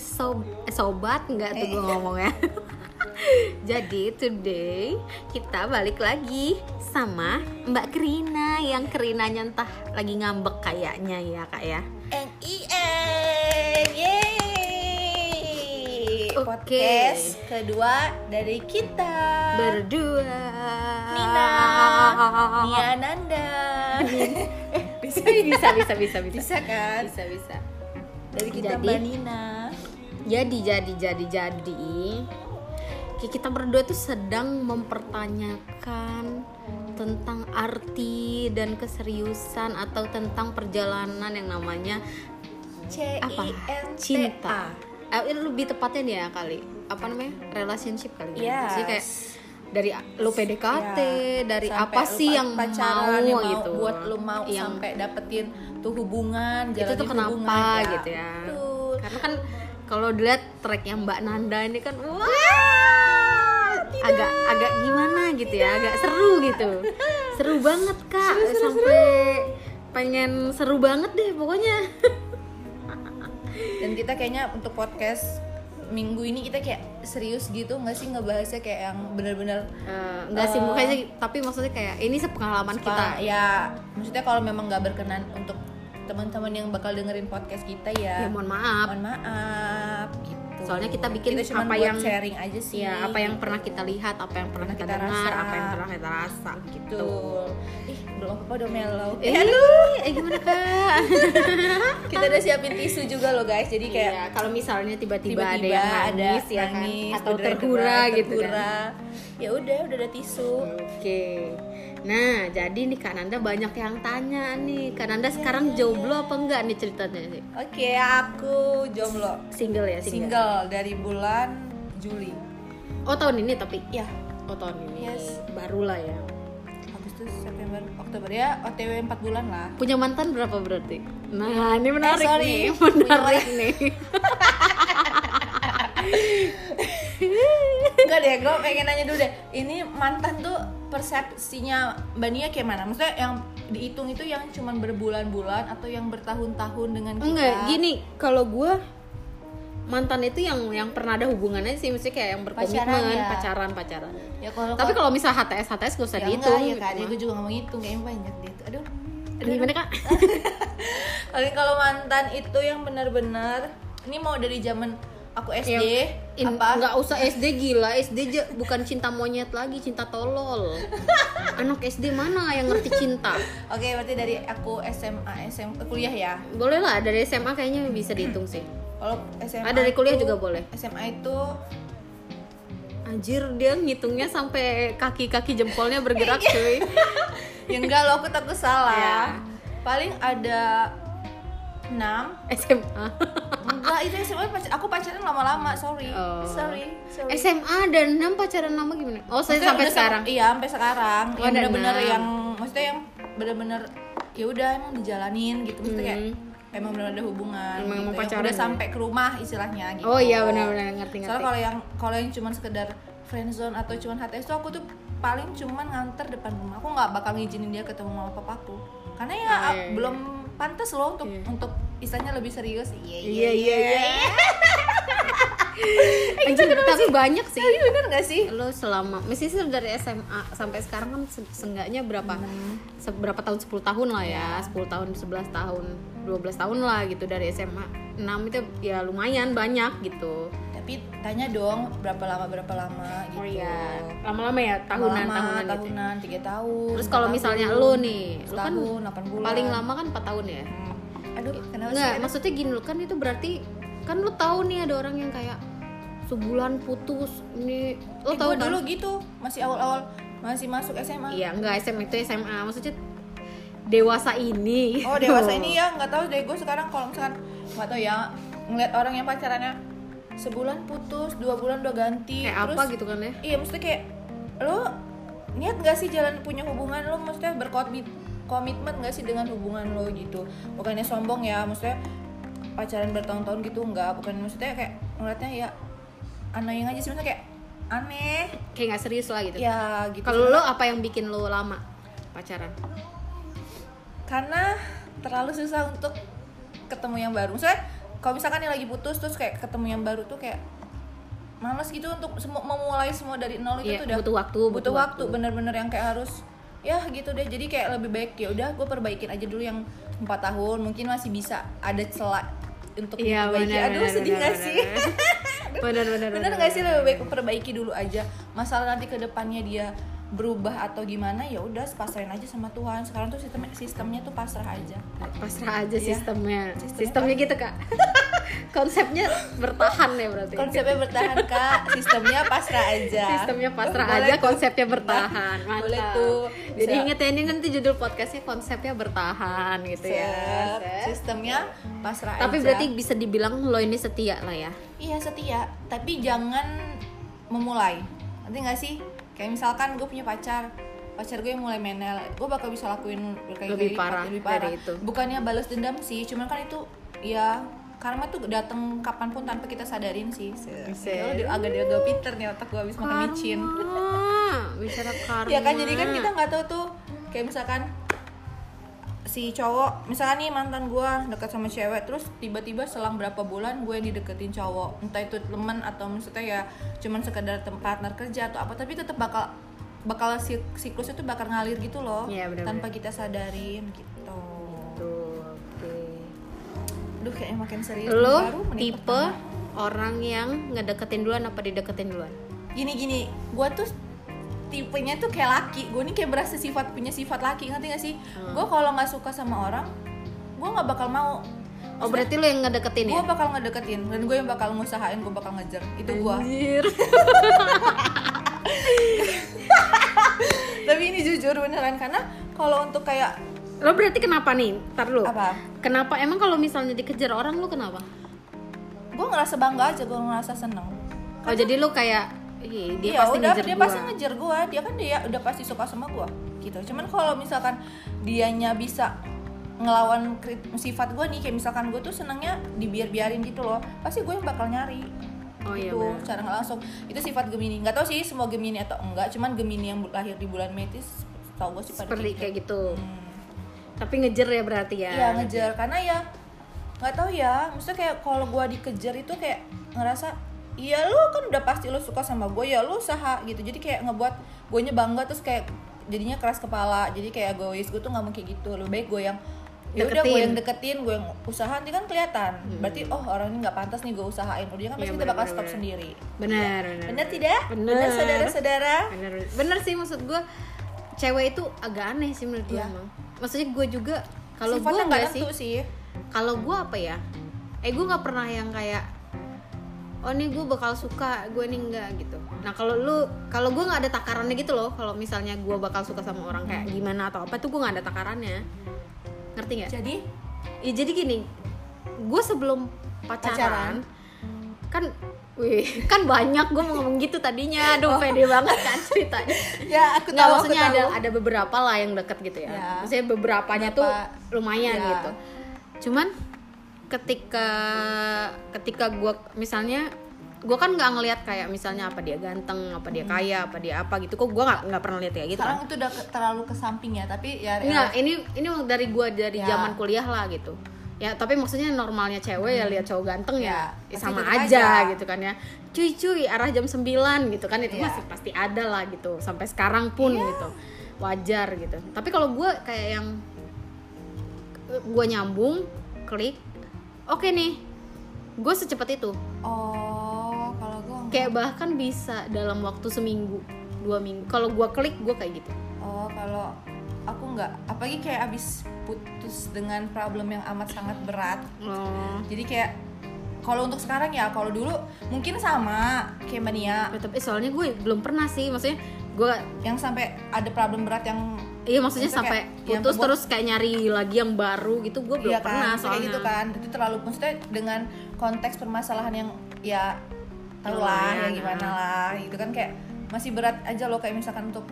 sob sobat nggak tuh gue ngomongnya Jadi today kita balik lagi sama Mbak Krina yang Kerinanya entah lagi ngambek kayaknya ya kak ya. N I N Yeay Oke. Podcast kedua dari kita Berdua. Nina Ah. Nia Nanda bisa, bisa bisa bisa bisa Bisa kan? bisa bisa. Dari kita Jadi- Mbak Nina Jadi jadi jadi jadi ki- kita berdua tuh sedang mempertanyakan tentang arti dan keseriusan atau tentang perjalanan yang namanya C apa I N T cinta A Eh, ini lebih tepatnya nih ya kali apa namanya relationship kali ya Yes. Jadi kayak dari lu PDKT Ya, dari sampai apa lu sih pa- yang mau, pacaran yang gitu buat lu mau yang sampai dapetin tuh hubungan itu jalanin tuh kenapa hubungan, gitu ya Betul. karena kan kalau dilihat tracknya Mbak Nanda ini kan wah agak agak gimana gitu ya agak seru gitu seru banget kak sampai pengen seru banget deh pokoknya dan kita kayaknya untuk podcast minggu ini kita kayak serius gitu nggak sih ngebahasnya kayak yang bener-bener Eh, iya. nggak sih mukanya tapi maksudnya kayak ini sepengalaman Pak, kita ya maksudnya kalau memang nggak berkenan untuk teman-teman yang bakal dengerin podcast kita ya ya, mohon maaf mohon maaf gitu. Soalnya kita bikin kita cuma apa buat yang- sharing aja sih ya apa yang pernah kita lihat apa yang pernah kita, Kita rasa. dengar apa yang pernah kita rasa gitu betul ih belum apa-apa udah mellow eh, Eh, eh gimana kak kita udah siapin tisu juga loh guys jadi kayak Iya, kalau misalnya tiba-tiba tiba-tiba ada yang nangis, ya kan nangis, atau berdebar-debar, terhura gitu kan. terhura. ya udah udah ada tisu Oke. Nah, jadi nih Kak Nanda banyak yang tanya nih. Kak Nanda sekarang jomblo apa enggak nih ceritanya sih? oke aku jomblo Single ya, single. single dari bulan Juli Oh, tahun ini tapi ya oh tahun ini. Yes. Barulah ya. Agustus, September, Oktober ya OTW 4 bulan lah Punya mantan berapa berarti? Nah, ini menarik sorry. nih, menarik nih. Enggak deh, gue pengen nanya dulu deh Ini mantan tuh persepsinya Mbak Nia kayak mana? Maksudnya yang dihitung itu yang cuman berbulan-bulan Atau yang bertahun-tahun dengan kita? Enggak, gitu. gini, kalau gua mantan itu yang yang pernah ada hubungannya sih, mesti kayak yang berkomitmen, Pacaran ya. pacaran, pacaran. Ya kalau Tapi kalau misal HTS HTS gak usah dihitung. ya enggak, ya gitu kan, mah. gue juga gak mau ngitung Kayaknya banyak deh itu Aduh Gimana kak? Paling kalau mantan itu yang benar-benar Ini mau dari zaman aku SD Iya. In- Apa? Nggak usah SD gila, SD aja bukan cinta monyet lagi, cinta tolol. Anak SD mana yang ngerti cinta? Oke, berarti dari aku SMA, SMA kuliah ya Boleh lah dari SMA kayaknya bisa dihitung sih. Kalau SMA Ah, dari kuliah itu- juga boleh. SMA itu Anjir dia ngitungnya sampai kaki-kaki jempolnya bergerak cuy. ya enggak loh aku takut Iya. salah paling ada 6 SMA. enggak itu SMA pac- aku pacaran lama-lama sorry Oh. sorry sorry SMA dan 6 pacaran lama gimana? Oh, saya Maksudnya sampai udah sam- sekarang. iya sampai sekarang Oh, yang ada bener-bener enam. yang maksudnya yang bener-bener ya udah emang dijalanin gitu maksudnya kayak Hmm. emang bener ada hubungan Emang- gitu. emang Yang pacaran udah ya? sampai ke rumah istilahnya gitu Oh iya benar-benar ngerti soalnya ngerti. kalau yang kalau yang cuman sekedar friendzone atau cuman HTS tuh aku tuh paling cuman nganter depan rumah aku nggak bakal ngizinin dia ketemu sama papaku karena ya Oh, iya, aku- iya. belum pantas loh untuk Iya. untuk istilahnya lebih serius iya Iya iya iya. Anjir, tapi banyak sih. Iya, bener gak sih lo selama mesti sih dari SMA sampai sekarang kan se- seenggaknya berapa seberapa tahun 10 tahun lah ya 10 tahun 11 tahun 12 tahun lah gitu dari SMA 6 itu ya lumayan banyak gitu tapi tanya dong berapa lama berapa lama gitu oh iya lama-lama ya tahunan Lama, tahunan gitu ya. tahunan tiga tahun terus kalau empat misalnya tahun, lo nih lo kan setahun delapan bulan paling lama kan 4 tahun ya Hmm. aduh kenapa Enggak, sih maksudnya gini lo kan itu berarti kan lo tahu nih ada orang yang kayak sebulan putus ini lo Eh, tahu gua kan? dulu gitu masih awal-awal masih masuk SMA Iya, enggak SMA itu SMA. Maksudnya dewasa ini. Oh dewasa ini Iya. ya nggak tahu deh gue sekarang kalau misalkan nggak tahu ya ngeliat orang yang pacarannya sebulan putus dua bulan udah ganti kayak terus apa gitu kan ya? iya maksudnya kayak lo niat gak sih jalan punya hubungan lo maksudnya berkomit komitmen gak sih dengan hubungan lo gitu bukannya sombong ya maksudnya pacaran bertahun-tahun gitu nggak bukan maksudnya kayak ngeliatnya ya aneh aja sih maksudnya kayak aneh Kayak nggak serius lah gitu. ya gitu Kalau lo apa yang bikin lo lama pacaran? karena terlalu susah untuk ketemu yang baru. Maksudnya kalau misalkan yang lagi putus terus kayak ketemu yang baru tuh kayak males gitu untuk semua memulai semua dari nol itu Iya, tuh udah butuh waktu, butuh, butuh waktu, waktu. bener-bener yang kayak harus ya gitu deh jadi kayak lebih baik ya udah gue perbaikin aja dulu yang empat tahun mungkin masih bisa ada celah untuk Iya, diperbaiki benar, aduh benar, sedih benar, gak benar, sih benar benar bener nggak sih lebih baik perbaiki dulu aja masalah nanti kedepannya dia berubah atau gimana ya udah pasrahin aja sama Tuhan sekarang tuh sistem sistemnya tuh pasrah aja pasrah aja Iya. sistemnya Sistemnya sistemnya gitu kak konsepnya bertahan ya berarti konsepnya bertahan kak sistemnya pasrah aja sistemnya pasrah Boleh aja tuh. konsepnya bertahan mantap Boleh tuh. jadi Bisa. inget ya ini nanti judul podcastnya konsepnya bertahan gitu ya Sep. Sep. sistemnya pasrah tapi aja. berarti bisa dibilang lo ini setia lah ya iya setia tapi jangan memulai nanti nggak sih kayak misalkan gue punya pacar pacar gue yang mulai menel gue bakal bisa lakuin berkali-kali Lebih lipat, parah lebih parah dari itu. bukannya balas dendam sih cuman kan itu ya karma tuh datang kapanpun tanpa kita sadarin sih Sep. Lo udah agak-agak pinter nih otak gue habis makan micin karma Ah, bicara karma Iya kan jadi kan kita nggak tahu tuh kayak misalkan si cowok misalkan nih mantan gua dekat sama cewek terus tiba-tiba selang berapa bulan gue dideketin cowok entah itu temen atau maksudnya ya cuman sekedar tem- partner kerja atau apa tapi tetap bakal bakal si- siklusnya tuh bakal ngalir gitu loh Iya, benar-benar. tanpa kita sadarin gitu Tuh, oke. Duh kayaknya makin serius lo baru menit tipe pertama. orang yang ngedeketin duluan apa dideketin duluan gini gini gue tuh tipenya tuh kayak laki gue nih kayak berasa sifat punya sifat laki ngerti gak sih gue kalau nggak suka sama orang gue nggak bakal mau oh berarti lo yang ngedeketin ya gue bakal ngedeketin dan gue yang bakal ngusahain gue bakal ngejar itu gue Anjir. tapi ini jujur beneran karena kalau untuk kayak lo berarti kenapa nih ntar lo apa kenapa emang kalau misalnya dikejar orang lo kenapa gue ngerasa bangga aja gue ngerasa seneng oh jadi lo kayak "Ih, dia Iya, pasti udah ngejar dia gua." pasti ngejar gua dia kan dia udah pasti suka sama gua gitu cuman kalau misalkan dianya bisa ngelawan krit- sifat gua nih kayak misalkan gua tuh senangnya dibiar-biarin gitu loh pasti gue yang bakal nyari Oh iya, Gitu, benar. cara nggak langsung itu sifat gemini nggak tahu sih semua gemini atau enggak cuman gemini yang bu- lahir di bulan Mei itu tau gue sih pada seperti kayak gitu Hmm. tapi ngejar ya berarti ya Iya ngejar karena ya nggak tahu ya, maksudnya kayak kalau gua dikejar itu kayak ngerasa iya lu kan udah pasti lu suka sama gue ya lu usaha gitu jadi kayak ngebuat guanya bangga terus kayak jadinya keras kepala jadi kayak egois gue tuh nggak mau kayak gitu lebih baik gue yang ya udah gue Deketin. Hmm. yang deketin gue yang usaha nanti kan kelihatan berarti oh orang ini nggak pantas nih gue usahain udah kan Iya, pasti kita bakal bener-bener. stop sendiri benar benar bener tidak Bener. saudara-saudara bener bener sih maksud gue cewek itu agak aneh sih menurut gue Iya. emang maksudnya gue juga kalau gue Sifatnya nggak enggak sih nentu sih kalau gue apa ya eh gue nggak pernah yang kayak oh nih gue bakal suka gue nih enggak gitu nah kalau lu kalau gue nggak ada takarannya gitu loh kalau misalnya gue bakal suka sama orang kayak gimana atau apa tuh gue nggak ada takarannya ngerti nggak jadi ya jadi gini gue sebelum pacaran, kan wih kan banyak gue mau ngomong gitu tadinya aduh Oh. pede banget kan ceritanya ya aku Nggak, tahu aku maksudnya ada tahu. ada beberapa lah yang deket gitu ya. Ya. Maksudnya beberapanya Beberapa. tuh lumayan Ya. gitu. Cuman ketika ketika gua misalnya gua kan nggak ngelihat kayak misalnya apa dia ganteng, apa dia kaya, apa dia apa gitu. Kok gua nggak nggak pernah lihat kayak gitu. Iya. sekarang itu udah ke- terlalu ke samping ya tapi ya Enggak, ini ini dari gua dari Ya. zaman kuliah lah gitu. Ya, tapi maksudnya normalnya cewek ya lihat cowok ganteng ya, Ya, eh, pasti sama tetep aja aja. gitu kan ya. Cuy-cuy arah jam 9 gitu kan itu Ya. masih pasti ada lah gitu sampai sekarang pun gitu. Wajar gitu. Tapi kalau gua kayak yang gua nyambung, klik, oke nih. Gue secepat itu. oh kalau gue Kayak bahkan bisa dalam waktu seminggu, dua minggu. Kalau gua klik, gua kayak gitu. oh kalau aku nggak apalagi kayak abis putus dengan problem yang amat sangat berat Oh. jadi kayak kalau untuk sekarang ya kalau dulu mungkin sama kayak Mbak Nia Ya, tapi soalnya gue belum pernah sih, maksudnya gue yang sampai ada problem berat yang Iya maksudnya Maksudnya sampai kayak yang putus pembuat- terus kayak nyari lagi yang baru gitu gue belum Iya pernah kan, kayak soalnya gitu kan itu terlalu maksudnya dengan konteks permasalahan yang ya tau lah ya Lumayan, gimana ah. lah gitu kan kayak masih berat aja loh kayak misalkan untuk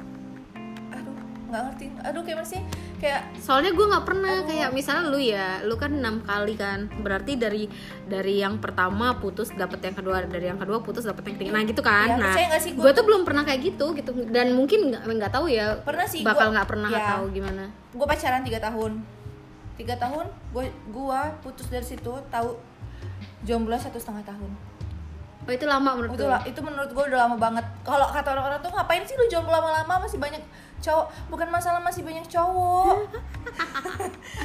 aduh nggak ngerti aduh kayak masih kayak Soalnya gue nggak pernah Oh. kayak misalnya lu ya, lu kan enam kali kan, berarti dari dari yang pertama putus dapet yang kedua, dari yang kedua putus dapet yang ketiga, nah gitu kan? Iya, nah, percaya nggak sih gua gue tuh belum pernah kayak gitu gitu, dan mungkin nggak nggak tahu ya, Pernah sih bakal gua- nggak pernah iya. tahu gimana. gue pacaran tiga tahun tiga tahun gue gua putus dari situ tahu jomblo satu setengah tahun Oh itu lama menurut itu lu? lah- itu menurut gue udah lama banget kalau kata orang-orang tuh ngapain sih lu jomblo lama-lama masih banyak cowok bukan masalah masih banyak cowok Iya.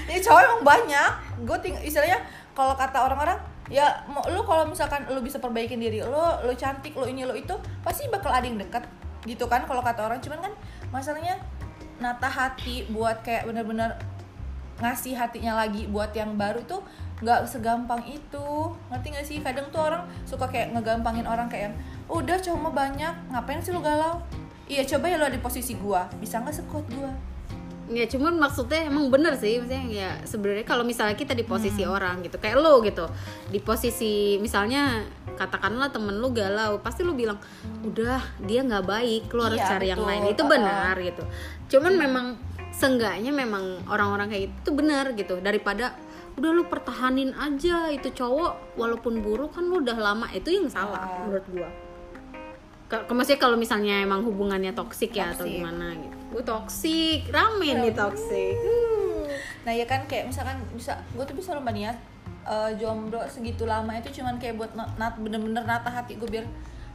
ya cowok emang banyak gue ting- istilahnya kalau kata orang-orang ya mau- lu kalau misalkan lu bisa perbaikin diri lu lu cantik lu ini lu itu pasti bakal ada yang deket gitu kan kalau kata orang cuman kan masalahnya nata hati buat kayak bener-bener ngasih hatinya lagi buat yang baru tuh nggak segampang itu ngerti nggak sih kadang tuh orang suka kayak ngegampangin orang kayak yang, udah cuma banyak ngapain sih lu galau iya coba ya lu ada di posisi gua bisa nggak sekuat gua Ya cuman maksudnya emang bener sih maksudnya ya sebenarnya kalau misalnya kita di posisi Hmm. orang gitu kayak lo gitu di posisi misalnya katakanlah temen lu galau pasti lu bilang udah dia nggak baik lu harus Iya, cari yang betul. Hmm. lain itu Uh-uh. benar gitu cuman memang seenggaknya memang orang-orang kayak gitu tuh benar gitu daripada udah lu pertahanin aja itu cowok walaupun buruk kan lu udah lama itu yang salah Ah. menurut gua Ke- ke- maksudnya kalau misalnya emang hubungannya toksik ya atau Toksik. gimana gitu. Gue toksik, rame nih toksik. nah ya kan kayak misalkan bisa gue tuh bisa lomba niat eh, jomblo segitu lama itu cuman kayak buat na- nat bener-bener nata hati gue biar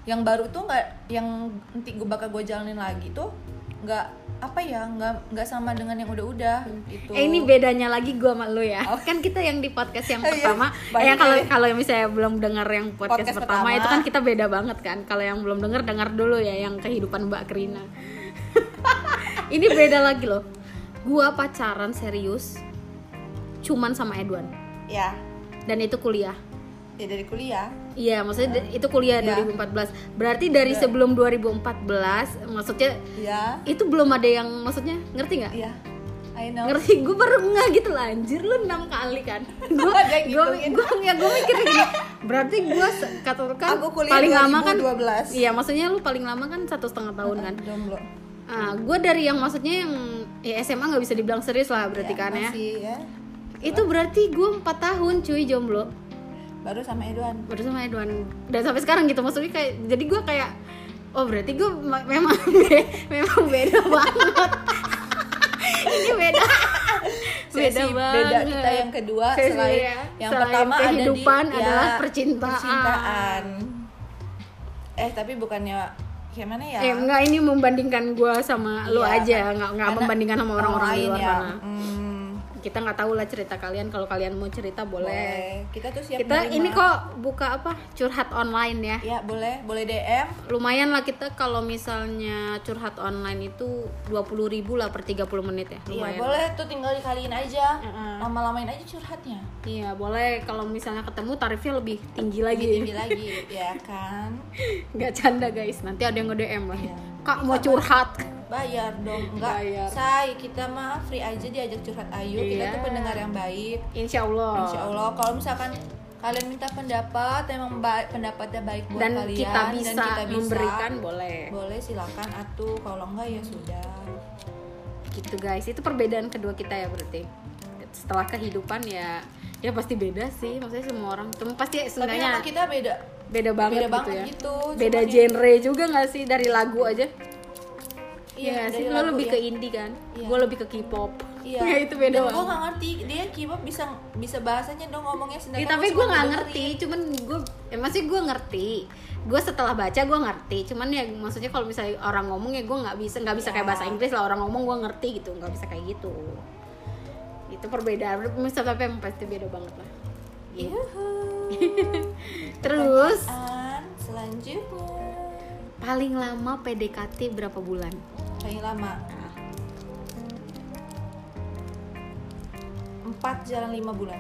yang baru tuh nggak yang nanti gue bakal gue jalanin lagi tuh nggak apa ya nggak nggak sama dengan yang udah-udah gitu Eh ini bedanya lagi gue sama lu ya. Kan kita yang di podcast yang Oh, iya. pertama, Baik, ya kalau baik. kalau misalnya belum dengar yang podcast, Podcast pertama, pertama. itu kan kita beda banget kan. Kalau yang belum dengar dengar dulu ya yang kehidupan Mbak Krina. ini beda lagi loh. Gua pacaran serius cuman sama Edwan ya dan itu kuliah. ya dari kuliah Iya, maksudnya da- itu kuliah Iya. 2014. Berarti dari sebelum 2014, maksudnya ya itu belum ada yang maksudnya ngerti nggak? Iya, I know. Ngerti? Gue baru nggak gitu lah, anjir lu 6 kali kan. Gue Ada gue gituin. gue ya gue mikir gini. Berarti gue katakan Aku kuliah kan paling lama kan 2012. Iya, maksudnya lu paling lama kan satu setengah tahun kan. Jomblo. Ah, gue dari yang maksudnya yang ya SMA nggak bisa dibilang serius lah berarti kan ya. Masih ya. Itu berarti gue 4 tahun cuy jomblo. Baru sama Edwan. baru sama Edwan dan sampai sekarang gitu maksudnya kayak jadi gue kayak oh berarti gue memang be- memang beda banget ini beda beda Sesi banget Iya Beda kita yang kedua Sesi, selain ya. yang Selain pertama kehidupan ada di, ya, adalah percintaan. percintaan. Eh, tapi bukannya gimana ya? eh enggak ini membandingkan gue sama lu Iya, aja nggak nggak Karena membandingkan sama orang-orang di lain luar ya. sana Hmm, kita nggak tahu lah cerita kalian kalau kalian mau cerita boleh, boleh. Kita tuh siap kita menerima. ini kok buka apa curhat online ya Ya, boleh. Boleh DM. lumayan lah kita kalau misalnya curhat online itu 20.000 ribu lah per 30 menit ya Iya, lumayan boleh tuh tinggal dikaliin aja. Mm-mm. Lama-lamain aja curhatnya. iya boleh kalau misalnya ketemu tarifnya lebih tinggi Lebih lagi tinggi lagi, ya kan? nggak canda guys nanti ada yang nge DM lah Iya. kak mau curhat bayar dong enggak Bayar. say kita mah free aja diajak curhat ayu kita Iya. tuh pendengar yang baik Insya Allah, insya Oh, allah kalau misalkan kalian minta pendapat emang ba- pendapatnya baik buat dan kalian kita bisa dan kita bisa memberikan boleh boleh silakan atuh kalau enggak ya sudah gitu guys itu perbedaan kedua kita ya berarti setelah kehidupan ya ya pasti beda sih maksudnya semua orang cuma pasti tapi nama sebenarnya kita beda beda banget beda gitu banget ya gitu beda Cuman ya- genre juga nggak sih dari lagu aja Iya iya dari sih, lo lagu lebih ya. ke indie kan? Iya. Gue lebih ke K-pop. Iya. Ya, itu beda Dan gue banget. gak ngerti dia K-pop bisa bisa bahasanya dong ngomongnya Ih, sedangkan Ya, Iya, tapi gua gue cuma nggak dengerin. ngerti, cuman gue, eh, masih gue ngerti. Gue setelah baca gue ngerti, cuman ya maksudnya kalau misalnya orang ngomong ya gue nggak bisa, nggak bisa kayak Iya. bahasa Inggris lah orang ngomong gue ngerti gitu, nggak bisa kayak gitu. Itu perbedaan, misalnya tapi emang pasti beda banget lah. Iya. Terus Pertanyaan selanjutnya paling lama PDKT berapa bulan? Paling lama Nah. empat jalan lima bulan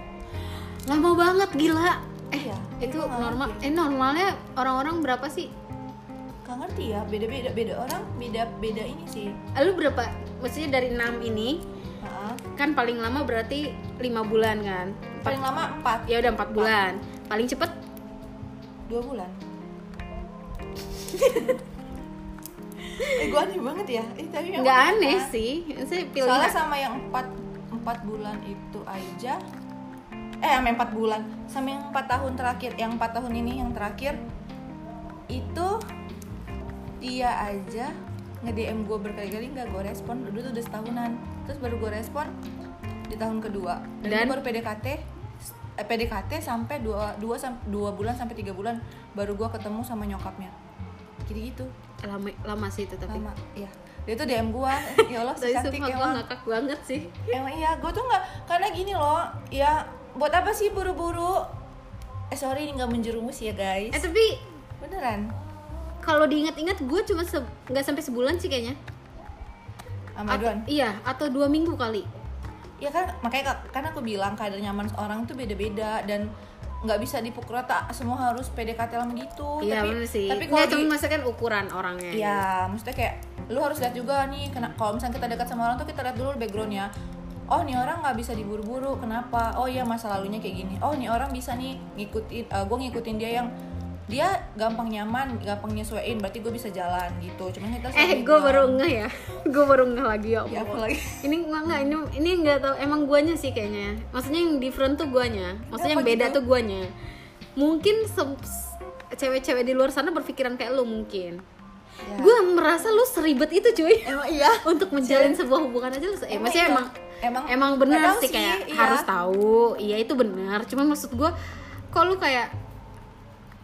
Lama banget gila. Eh Iya, itu gua nggak normal. ngerti. Eh normalnya orang-orang berapa sih? Gak ngerti ya beda beda beda orang beda beda ini sih Eh, Lu berapa? Maksudnya dari 6 ini Heeh. kan paling lama berarti 5 bulan kan? paling Empat- lama empat Ya udah 4 bulan. Paling cepet dua bulan eh gue aneh banget ya eh, tapi memang nggak kenapa? aneh sih. Saya pilih Soalnya sama yang empat empat bulan itu aja eh sama yang empat bulan sama yang empat tahun terakhir yang empat tahun ini yang terakhir itu dia aja nge DM gue berkali-kali nggak gue respon dulu tuh udah setahunan terus baru gue respon di tahun kedua dan, Dan? gua baru PDKT s- eh, PDKT sampai 2 dua sam- dua bulan sampai 3 bulan baru gua ketemu sama nyokapnya. Gitu-gitu. lama lama sih itu tapi Lama, iya. Dia tuh DM gua, ya Allah si tapi cantik sumpah gue emang. ngakak banget sih Emang iya, gue tuh nggak karena gini loh, ya buat apa sih buru-buru? Eh sorry ini nggak menjerumus ya guys. eh tapi Beneran? kalau diingat-ingat gue cuma se- nggak sampai sebulan sih kayaknya Sama Atau- Don. iya atau dua minggu kali Ya kan makanya ka- kan aku bilang kadar nyaman orang tuh beda-beda dan nggak bisa dipukul rata semua harus PDKT lama gitu. iya tapi bener sih tapi Nggak, kalau cuma di- maksudnya kan ukuran orangnya Iya, maksudnya kayak lu harus lihat juga nih kena kalau misalnya kita dekat sama orang tuh kita lihat dulu backgroundnya. Oh nih orang nggak bisa diburu-buru, kenapa? Oh iya masa lalunya kayak gini. Oh nih orang bisa nih ngikutin, gue ngikutin dia yang dia gampang nyaman, gampang nyesuaiin, berarti gue bisa jalan gitu. Cuman kita harus eh lebih gue bilang, baru ngeh ya gue baru ngeh lagi ya Allah. ya apa lagi? ini gua nggak ini ini nggak tahu emang guanya sih kayaknya ya. maksudnya yang different tuh guanya maksudnya yang Kenapa beda gitu? tuh guanya mungkin se- s- cewek-cewek di luar sana berpikiran kayak lu mungkin Ya. gue merasa lu seribet itu cuy Emang iya. untuk menjalin sebuah hubungan aja lu se- eh, Emang maksudnya iya. emang Emang- emang nggak benar tahu sih sih, kayak iya. harus tahu iya itu benar cuman maksud gue kok lu kayak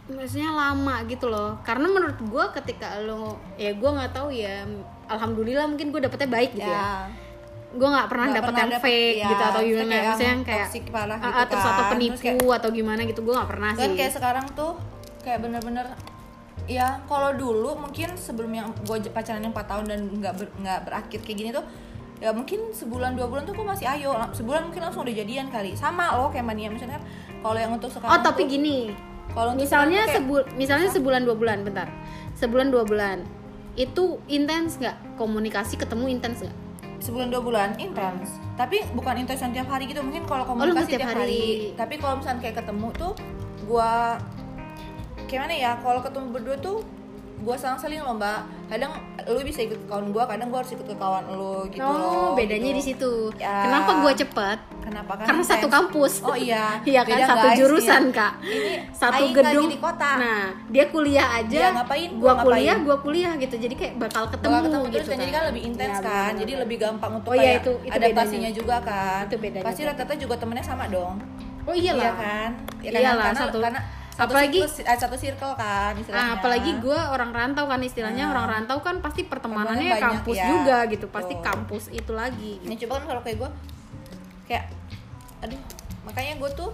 maksudnya lama gitu loh karena menurut gue ketika lu ya gue nggak tahu ya alhamdulillah mungkin gue dapetnya baik gitu ya Ya. gue nggak pernah Nggak dapet pernah yang dapet, fake ya, gitu atau maksudnya gimana kayak maksudnya yang yang kayak toxic parah ah, gitu ah, terus atau kan. penipu Terus atau gimana gitu gue nggak pernah sih Dan kayak sekarang tuh kayak bener-bener ya kalau dulu mungkin sebelum yang gue pacaran yang 4 tahun dan nggak ber- nggak berakhir kayak gini tuh ya mungkin sebulan dua bulan tuh gue masih ayo Lang- sebulan mungkin langsung udah jadian kali sama lo kayak mania misalnya kan kalau yang untuk sekarang oh tapi tuh, gini kalau untuk misalnya sekarang tuh sebul misalnya sebulan dua bulan bentar sebulan dua bulan itu intens nggak komunikasi ketemu intens nggak kayak sebulan dua bulan intens tapi bukan intens yang tiap hari gitu mungkin kalau Oh, nggak komunikasi tiap tiap hari. hari. tapi kalau misalnya kayak ketemu tuh gue gimana ya kalau ketemu berdua tuh gue saling saling lomba kadang lu bisa ikut ke kawan gue kadang gue harus ikut ke kawan lu gitu oh loh, bedanya gitu. di situ Ya. kenapa gue cepet Kenapa kan? karena satu intens. kampus Oh iya. Iya kan Beda, satu guys, jurusan iya. kak Ini satu Aing gedung lagi di kota. nah dia kuliah aja Dia ngapain, gua gua ngapain. kuliah gua kuliah gitu jadi kayak bakal ketemu, Kalau ketemu terus gitu kan jadi kan lebih intens Ya, kan. bener-bener. Jadi lebih gampang untuk Oh iya, kayak itu- itu adaptasinya bedanya. juga kan. Itu bedanya. Pasti rata-rata juga temennya sama dong. oh iyalah Iya kan? Ya kan? Iyalah, karena, satu- karena satu apalagi- siklus- eh, satu circle kan istilahnya. Ah. Ah, apalagi gue orang rantau kan istilahnya orang rantau kan pasti pertemanannya Pertemanannya banyak, kampus ya. juga gitu pasti Betul. kampus itu lagi gitu. Ini coba kan kalau kayak gue kayak aduh makanya gue tuh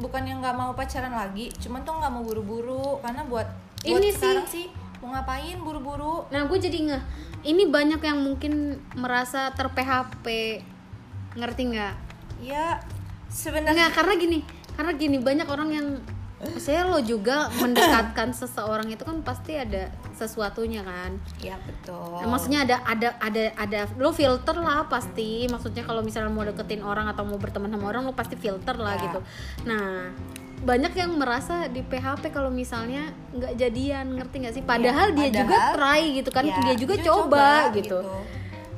bukan yang nggak mau pacaran lagi, cuman tuh nggak mau buru-buru karena buat buat Ini sih- sekarang sih mau ngapain buru-buru nah gue jadi ngeh ini banyak yang mungkin merasa ter PHP ngerti nggak ya nggak sebenarnya karena gini karena gini banyak orang yang saya lo juga mendekatkan seseorang itu kan pasti ada sesuatunya kan ya betul Nah, Maksudnya ada ada ada ada lo filter lah pasti. Maksudnya kalau misalnya mau deketin orang atau mau berteman sama orang lo pasti filter lah Ya. gitu. Nah, banyak yang merasa di PHP kalau misalnya nggak jadian, ngerti nggak sih? Padahal dia padahal- juga try gitu kan, Ya, dia juga coba, gitu.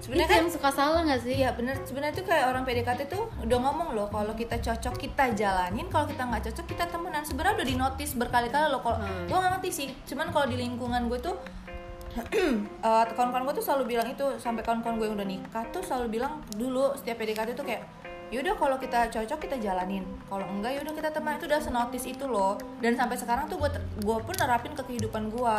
sebenarnya Itu kan yang suka salah nggak sih? iya bener sebenarnya tuh kayak orang PDKT tuh udah ngomong loh kalau kita cocok kita jalanin kalau kita nggak cocok kita temenan sebenarnya udah dinotis berkali-kali loh kalau Hmm. gue nggak ngerti sih cuman kalau di lingkungan gue tuh eh, kawan-kawan gue tuh selalu bilang itu sampai kawan-kawan gue yang udah nikah tuh selalu bilang dulu setiap PDKT tuh kayak yaudah kalau kita cocok kita jalanin kalau enggak yaudah kita teman itu udah senotis itu loh dan sampai sekarang tuh gue gue pun nerapin ke kehidupan gue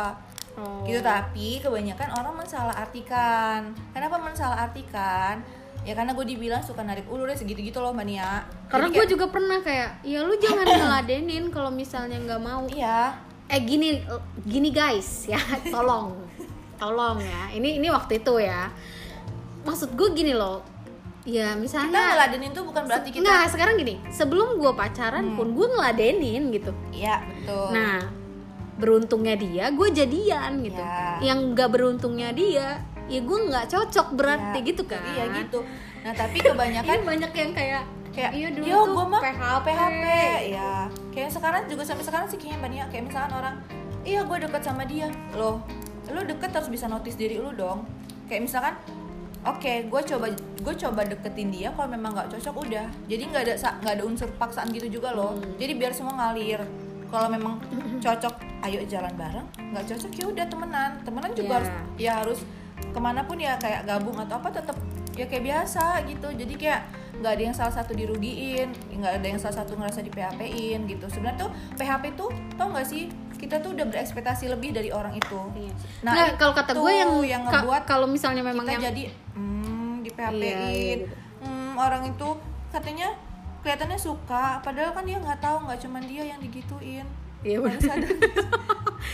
Oh. gitu tapi kebanyakan orang mensalah artikan kenapa mensalah artikan ya karena gue dibilang suka narik ulur ya segitu gitu loh mbak Nia Karena Jadi gue juga pernah kayak, ya lu jangan ngeladenin kalau misalnya nggak mau. kayak, iya Eh gini gini guys ya, tolong. Tolong ya. Ini ini waktu itu ya. Maksud gue gini loh. Ya kita misalnya ngeladenin tuh bukan berarti kita Hmm. Nggak, sekarang gini, sebelum gue pacaran pun gue ngeladenin gitu. iya betul Nah, beruntungnya dia, gue jadian gitu. Ya. Yang nggak beruntungnya dia, ya gue nggak cocok berarti Iya, gitu kan. iya gitu nah tapi Kan kebanyakan banyak yang kayak kayak iya dulu yo tuh gue mah PHP. ya kayak sekarang juga sampai sekarang sih kayaknya mbak Nia kayak misalkan orang iya gue deket sama dia loh lu deket harus bisa notice diri lu dong kayak misalkan oke gue coba gue coba deketin dia kalau memang nggak cocok udah jadi nggak ada sa- nggak ada unsur paksaan gitu juga loh Hmm. jadi biar semua ngalir kalau memang cocok ayo jalan bareng nggak cocok ya udah temenan temenan juga Ya. harus ya harus kemanapun ya kayak gabung atau apa tetap ya kayak biasa gitu jadi kayak nggak ada yang salah satu dirugiin nggak ada yang salah satu ngerasa di PHP-in gitu sebenarnya tuh PHP tuh tau nggak sih kita tuh udah berekspektasi lebih dari orang itu Iya. Nah, Nah, kalau kata itu gue yang, yang ka- ngebuat kalau misalnya memang kita yang jadi hmm, di PHP-in Iya, iya, gitu. Hmm, orang itu katanya kelihatannya suka padahal kan dia nggak tahu nggak cuman dia yang digituin Iya, Harus ada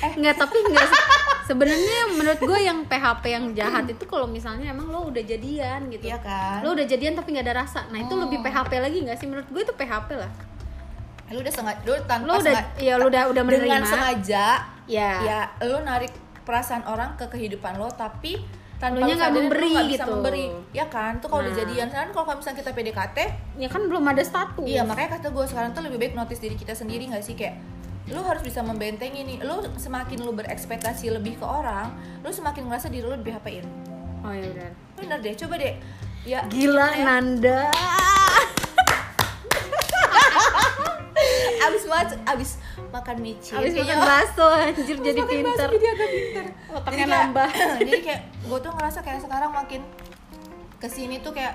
nggak tapi nggak se- sebenarnya menurut gue yang PHP yang jahat itu kalau misalnya emang lo udah jadian gitu. iya kan Lo udah jadian tapi nggak ada rasa. Nah, itu lebih PHP lagi nggak sih menurut gue itu PHP lah. lu udah sengaja lu tanpa Lo udah sengaja- ya lo udah udah menerima. dengan sengaja ya. ya lu narik perasaan orang ke kehidupan lo tapi tanpa Elunya nggak sadarin, memberi nggak bisa gitu. memberi ya kan tuh kalau udah Nah. jadian kan kalau kalau misalnya kita PDKT Ya kan belum ada status. iya makanya kata gue sekarang tuh lebih baik notice diri kita sendiri nggak sih kayak lu harus bisa membentengi nih lu semakin lu berekspektasi lebih ke orang lu semakin ngerasa diri lu lebih apain Oh Iya. ya udah. bener deh coba deh ya Gila ya. Nanda. abis makan abis makan micin Habis kayaknya makan iya. bakso anjir jadi makan bakso pinter. jadi agak pinter. Otaknya kayak- nambah. jadi kayak gue tuh ngerasa kayak sekarang makin kesini tuh kayak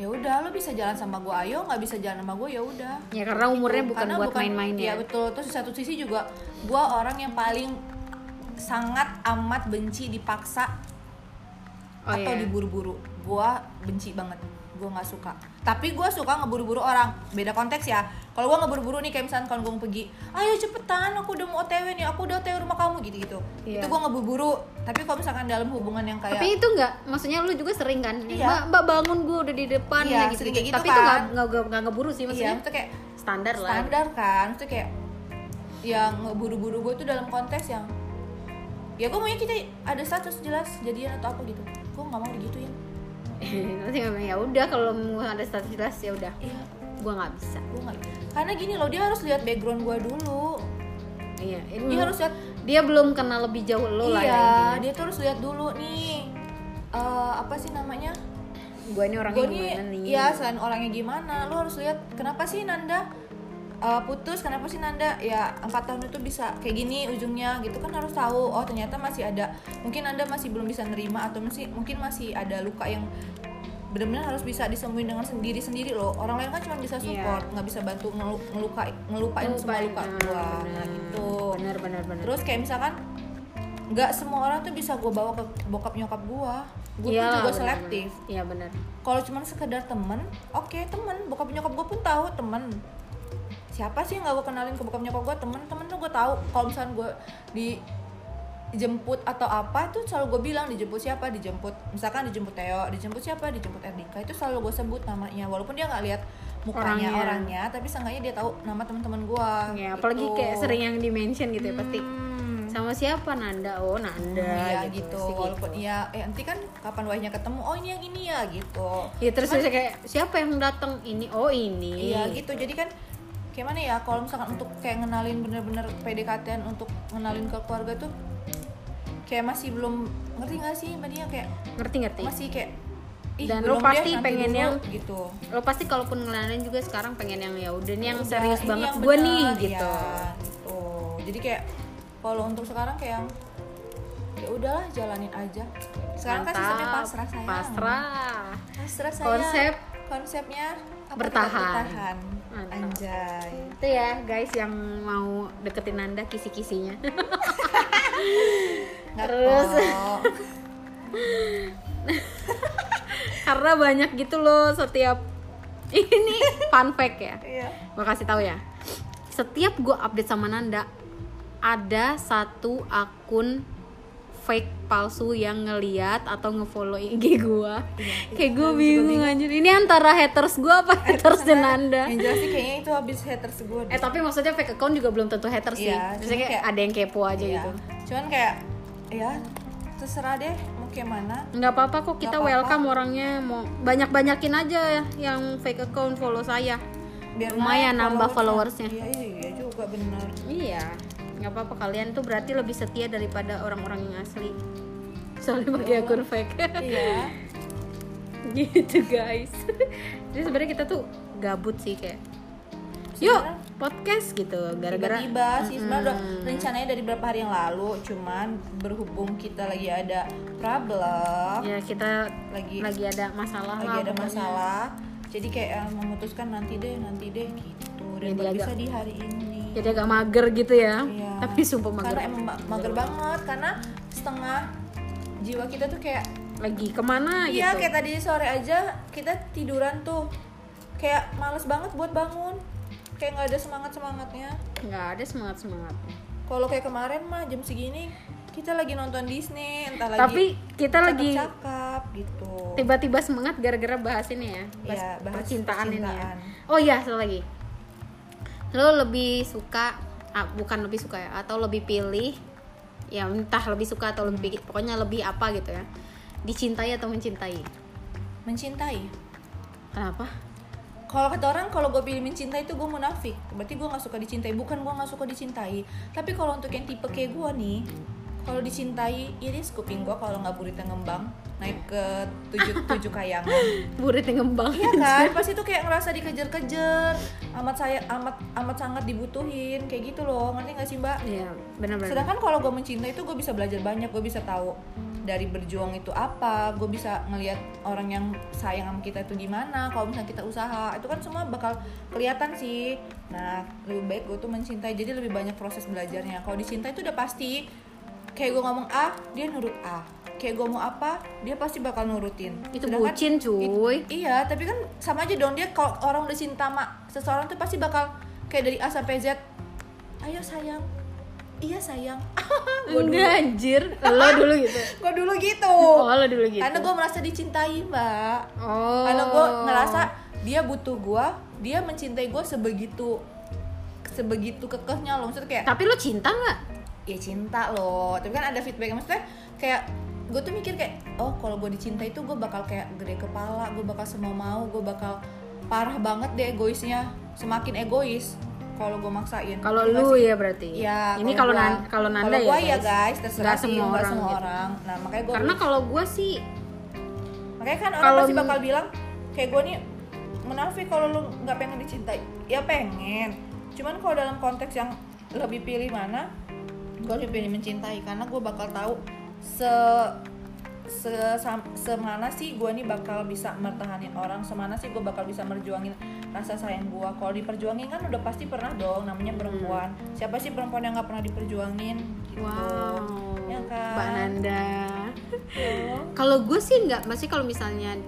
ya udah lo bisa jalan sama gue ayo nggak bisa jalan sama gue ya udah Ya karena umurnya bukan Karena buat main-main ya. iya, betul terus di satu sisi juga gue orang yang paling sangat amat benci dipaksa Oh, atau iya. diburu-buru gue benci banget gue nggak suka tapi gue suka ngeburu-buru orang beda konteks ya kalau gue ngeburu-buru nih kayak misalnya kalau gue pergi ayo cepetan aku udah mau otw nih aku udah otw rumah kamu gitu gitu Iya. itu gue ngeburu-buru tapi kalau misalkan dalam hubungan yang kayak Tapi itu enggak, maksudnya lu juga sering kan? Iya. Mbak, mbak bangun gue udah di depan Iya, gitu, sering kayak gitu Tapi kan. itu enggak enggak enggak- enggak ngeburu sih iya maksudnya. itu kayak Standar lah. standar kan itu kayak yang ngeburu-buru gue tuh dalam konteks yang ya gue maunya kita ada status jelas jadian atau apa gitu gue nggak mau digituin Nanti memang ya udah kalau mau ada status jelas ya udah. iya Gua nggak bisa. gue nggak karena gini loh dia harus lihat background gue dulu Iya, ini dia harus lihat dia belum kenal lebih jauh lo lah ya. iya intinya. dia tuh harus lihat dulu nih eh, apa sih namanya Gua ini orangnya gue gimana nih? nih ya selain orangnya gimana lo harus lihat kenapa sih Nanda eh, putus kenapa sih Nanda ya empat tahun itu bisa kayak gini ujungnya gitu kan harus tahu oh ternyata masih ada mungkin Nanda masih belum bisa nerima atau masih mungkin masih ada luka yang benar-benar harus bisa disembuhin dengan sendiri-sendiri loh orang lain kan cuma bisa support nggak bisa bantu ngelu- ngelukai ngelupain semua luka gua nah gitu Benar benar benar. terus kayak misalkan nggak semua orang tuh bisa gue bawa ke bokap nyokap gue gue Iya lah, juga benar-benar. selektif Iya benar. kalau cuman sekedar temen oke temen bokap nyokap gue pun tahu temen siapa sih yang nggak gue kenalin ke bokap nyokap gue temen temen tuh gue tahu kalau misalnya gue dijemput atau apa tuh selalu gue bilang dijemput siapa dijemput misalkan dijemput Theo dijemput siapa dijemput Erdika itu selalu gue sebut namanya walaupun dia nggak lihat Orangnya. mukanya orangnya, tapi seenggaknya dia tahu nama teman-teman gue Ya, apalagi kayak sering yang di-mention gitu ya pasti. Nah, gitu. Hmm. Sama siapa Nanda? Oh, Nanda Iya gitu, gitu. Pasti walaupun gitu. iya eh, nanti kan kapan wayahnya ketemu oh ini yang ini ya gitu Ya terus bisa kayak siapa yang datang ini? Oh ini. iya gitu jadi kan kayak mana ya kalau misalkan untuk kayak ngenalin bener-bener PDKT-an untuk ngenalin ke keluarga tuh kayak masih belum ngerti gak sih mbak Nia kayak Ngerti ngerti. masih kayak ih Dan lu belum pasti deh, nanti pengen dulu, yang- gitu Lo pasti kalaupun ngelandain juga sekarang pengen yang ya udah nih yang Udah, serius Iya, ini banget yang gue bener, nih ya, gitu. gitu. jadi kayak kalau untuk sekarang kayak yang, ya udahlah jalanin aja sekarang kan sistemnya Mantap, pasrah sayang Pasrah. Pasrah saya. Konsep konsepnya apa? bertahan. Tetap bertahan. Mantap. Anjay. Itu ya guys yang mau deketin Nanda kisi-kisinya. Nggak Terus. tahu. Karena banyak gitu loh setiap ini fun fact ya. Iya. Gue kasih tahu ya. Setiap gue update sama Nanda ada satu akun fake palsu yang ngeliat atau ngefollow IG gue Iya, kayak gue bingung anjir ini antara haters gue apa haters Nanda Yang jelas sih kayaknya itu habis haters gue. Eh tapi maksudnya fake account juga belum tentu hater sih. Iya, Misalnya cuma kayak kayak- ada yang kepo aja Iya. gitu. Cuman kayak ya terserah deh mau kayak mana. Nggak apa-apa kok kita Nggak apa-apa. welcome orangnya mau banyak-banyakin aja ya yang fake account follow saya. Biar Lumayan naik nambah followersnya. Iya iya iya juga benar. Iya. Nggak apa-apa kalian tuh berarti lebih setia daripada orang-orang yang asli. Soalnya Oh. pakai akun fake. Iya. gitu guys. Jadi sebenarnya kita tuh gabut sih kayak. Yuk podcast gitu gara-gara tiba-tiba sih sebenarnya udah rencananya dari beberapa hari yang lalu cuman berhubung kita lagi ada problem ya kita lagi lagi ada masalah oh. lagi lah ada pokoknya. masalah jadi kayak eh, memutuskan nanti deh nanti deh gitu dan Jadi baru agak- bisa di hari ini jadi agak mager gitu ya Iya. tapi sumpah mager karena emang ma- mager banget karena setengah jiwa kita tuh kayak lagi kemana iya gitu kayak tadi sore aja kita tiduran tuh kayak males banget buat bangun kayak nggak ada semangat semangatnya nggak ada semangat semangatnya kalau kayak kemarin mah jam segini kita lagi nonton Disney entah lagi tapi kita lagi cakap gitu tiba-tiba semangat gara-gara bahas ini ya bahas, Iya, bahas percintaan, ini ya percintaan. oh iya satu lagi lo lebih suka ah, bukan lebih suka ya atau lebih pilih ya entah lebih suka atau lebih pikir pokoknya lebih apa gitu ya dicintai atau mencintai mencintai kenapa kalau kata orang kalau gue pilih mencintai itu gue munafik berarti gue nggak suka dicintai bukan gue nggak suka dicintai tapi kalau untuk yang tipe kayak gue nih kalau dicintai iris kuping gue kalau nggak buritnya ngembang naik ke tujuh tujuh kayangan burit yang ngembang iya kan pas itu kayak ngerasa dikejar-kejar amat saya amat amat sangat dibutuhin kayak gitu loh ngerti nggak sih mbak iya benar-benar Sedangkan kalau gue mencintai itu gue bisa belajar banyak, gue bisa tahu dari berjuang itu apa, gue bisa ngelihat orang yang sayang sama kita itu gimana, kalau misalnya kita usaha, itu kan semua bakal kelihatan sih. Nah, lebih baik gue tuh mencintai, jadi lebih banyak proses belajarnya. Kalau dicintai itu udah pasti, kayak gue ngomong A, dia nurut A. Kayak gue mau apa, dia pasti bakal nurutin. itu Sedangkan- bucin cuy Iya, tapi kan sama aja dong dia kalau orang udah cinta sama seseorang tuh pasti bakal kayak dari A sampai Z. Ayo sayang. Iya sayang. gue dulu, enggak anjir lo dulu gitu gua dulu gitu. oh lo dulu gitu Karena gue merasa dicintai, Mbak. oh Karena gue ngerasa dia butuh gue, dia mencintai gue sebegitu sebegitu kekehnya loh. Maksudnya kayak tapi lo cinta nggak ya cinta loh tapi kan ada feedback maksudnya kayak gue tuh mikir kayak oh kalau gue dicintai tuh gue bakal kayak gede kepala gue bakal semau mau gue bakal parah banget deh egoisnya semakin egois kalau gue maksain Kalau Iya lu nggak sih? ya berarti. Iya, Ini kalau gua- nan- kalau Nanda gua ya. guys terserah Nggak sih, semua nggak orang semua gitu. orang. nah makanya gue Karena kalau gua sih makanya kan orang kalau pasti mi- bakal bilang kayak gue nih munafik kalau lu nggak pengen dicintai ya pengen cuman kalau dalam konteks yang lebih pilih mana gue lebih pilih mencintai karena gue bakal tahu se se sam- semana sih gue nih bakal bisa mertahanin orang semana sih gue bakal bisa merjuangin rasa sayang gue kalau diperjuangin kan udah pasti pernah dong namanya perempuan Hmm. siapa sih perempuan yang nggak pernah diperjuangin gitu wow. ya kan Mbak Nanda. Tuh. Kalau gue sih nggak, masih kalau misalnya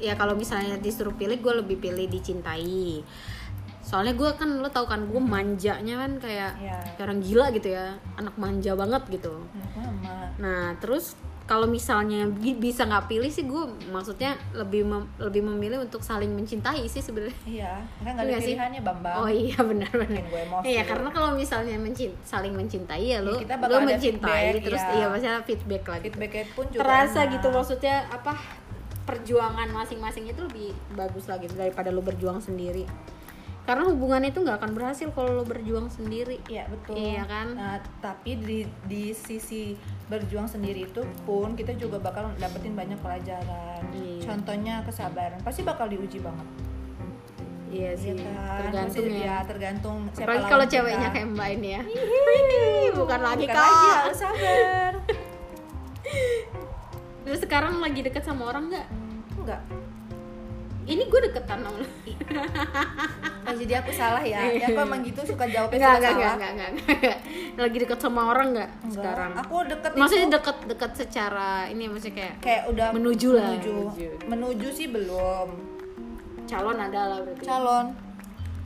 ya kalau misalnya disuruh pilih gue lebih pilih dicintai. Soalnya gue kan lo tau kan gue manjanya kan kayak, Iya. kayak orang gila gitu ya, anak manja banget gitu. Anak mama Nah terus kalau misalnya bi- bisa nggak pilih sih gue maksudnya lebih mem- lebih memilih untuk saling mencintai sih sebenarnya. Iya, kan gak ada Iya sih. pilihannya Bambang. Oh iya benar-benar. Bikin gue emosi. Iya karena kalau misalnya mencin- saling mencintai ya lo, Ya, kita bakal lo ada mencintai feedback, terus ya. iya maksudnya feedback lagi. Feedbacknya pun juga Nah. Terasa enak. gitu maksudnya apa perjuangan masing-masing itu lebih bagus lagi daripada lo berjuang sendiri. Karena hubungan itu nggak akan berhasil kalau lo berjuang sendiri. Iya betul. Iya kan? Nah, tapi di di sisi berjuang sendiri itu pun kita juga bakal dapetin banyak pelajaran. Iya. Contohnya kesabaran, pasti bakal diuji banget. Iya sih. kan? Tergantung Pasti- ya. ya, tergantung siapa Apalagi lawan kalau kita. ceweknya kayak Mbak ini ya. Bukan lagi Bukan lagi kak. harus sabar. Terus sekarang lagi deket sama orang nggak? Enggak. Ini gue deketan sama lo. Oh, jadi aku salah ya. Ya aku emang gitu suka Ah. jawabnya Iya. Enggak, enggak, suka enggak, salah. enggak, enggak, enggak. Lagi deket sama orang enggak Enggak. sekarang? Ah, Aku deket Maksudnya itu- deket deket secara ini maksudnya kayak kayak udah Menuju lah, menuju, menuju. menuju sih belum calon ada lah berarti. calon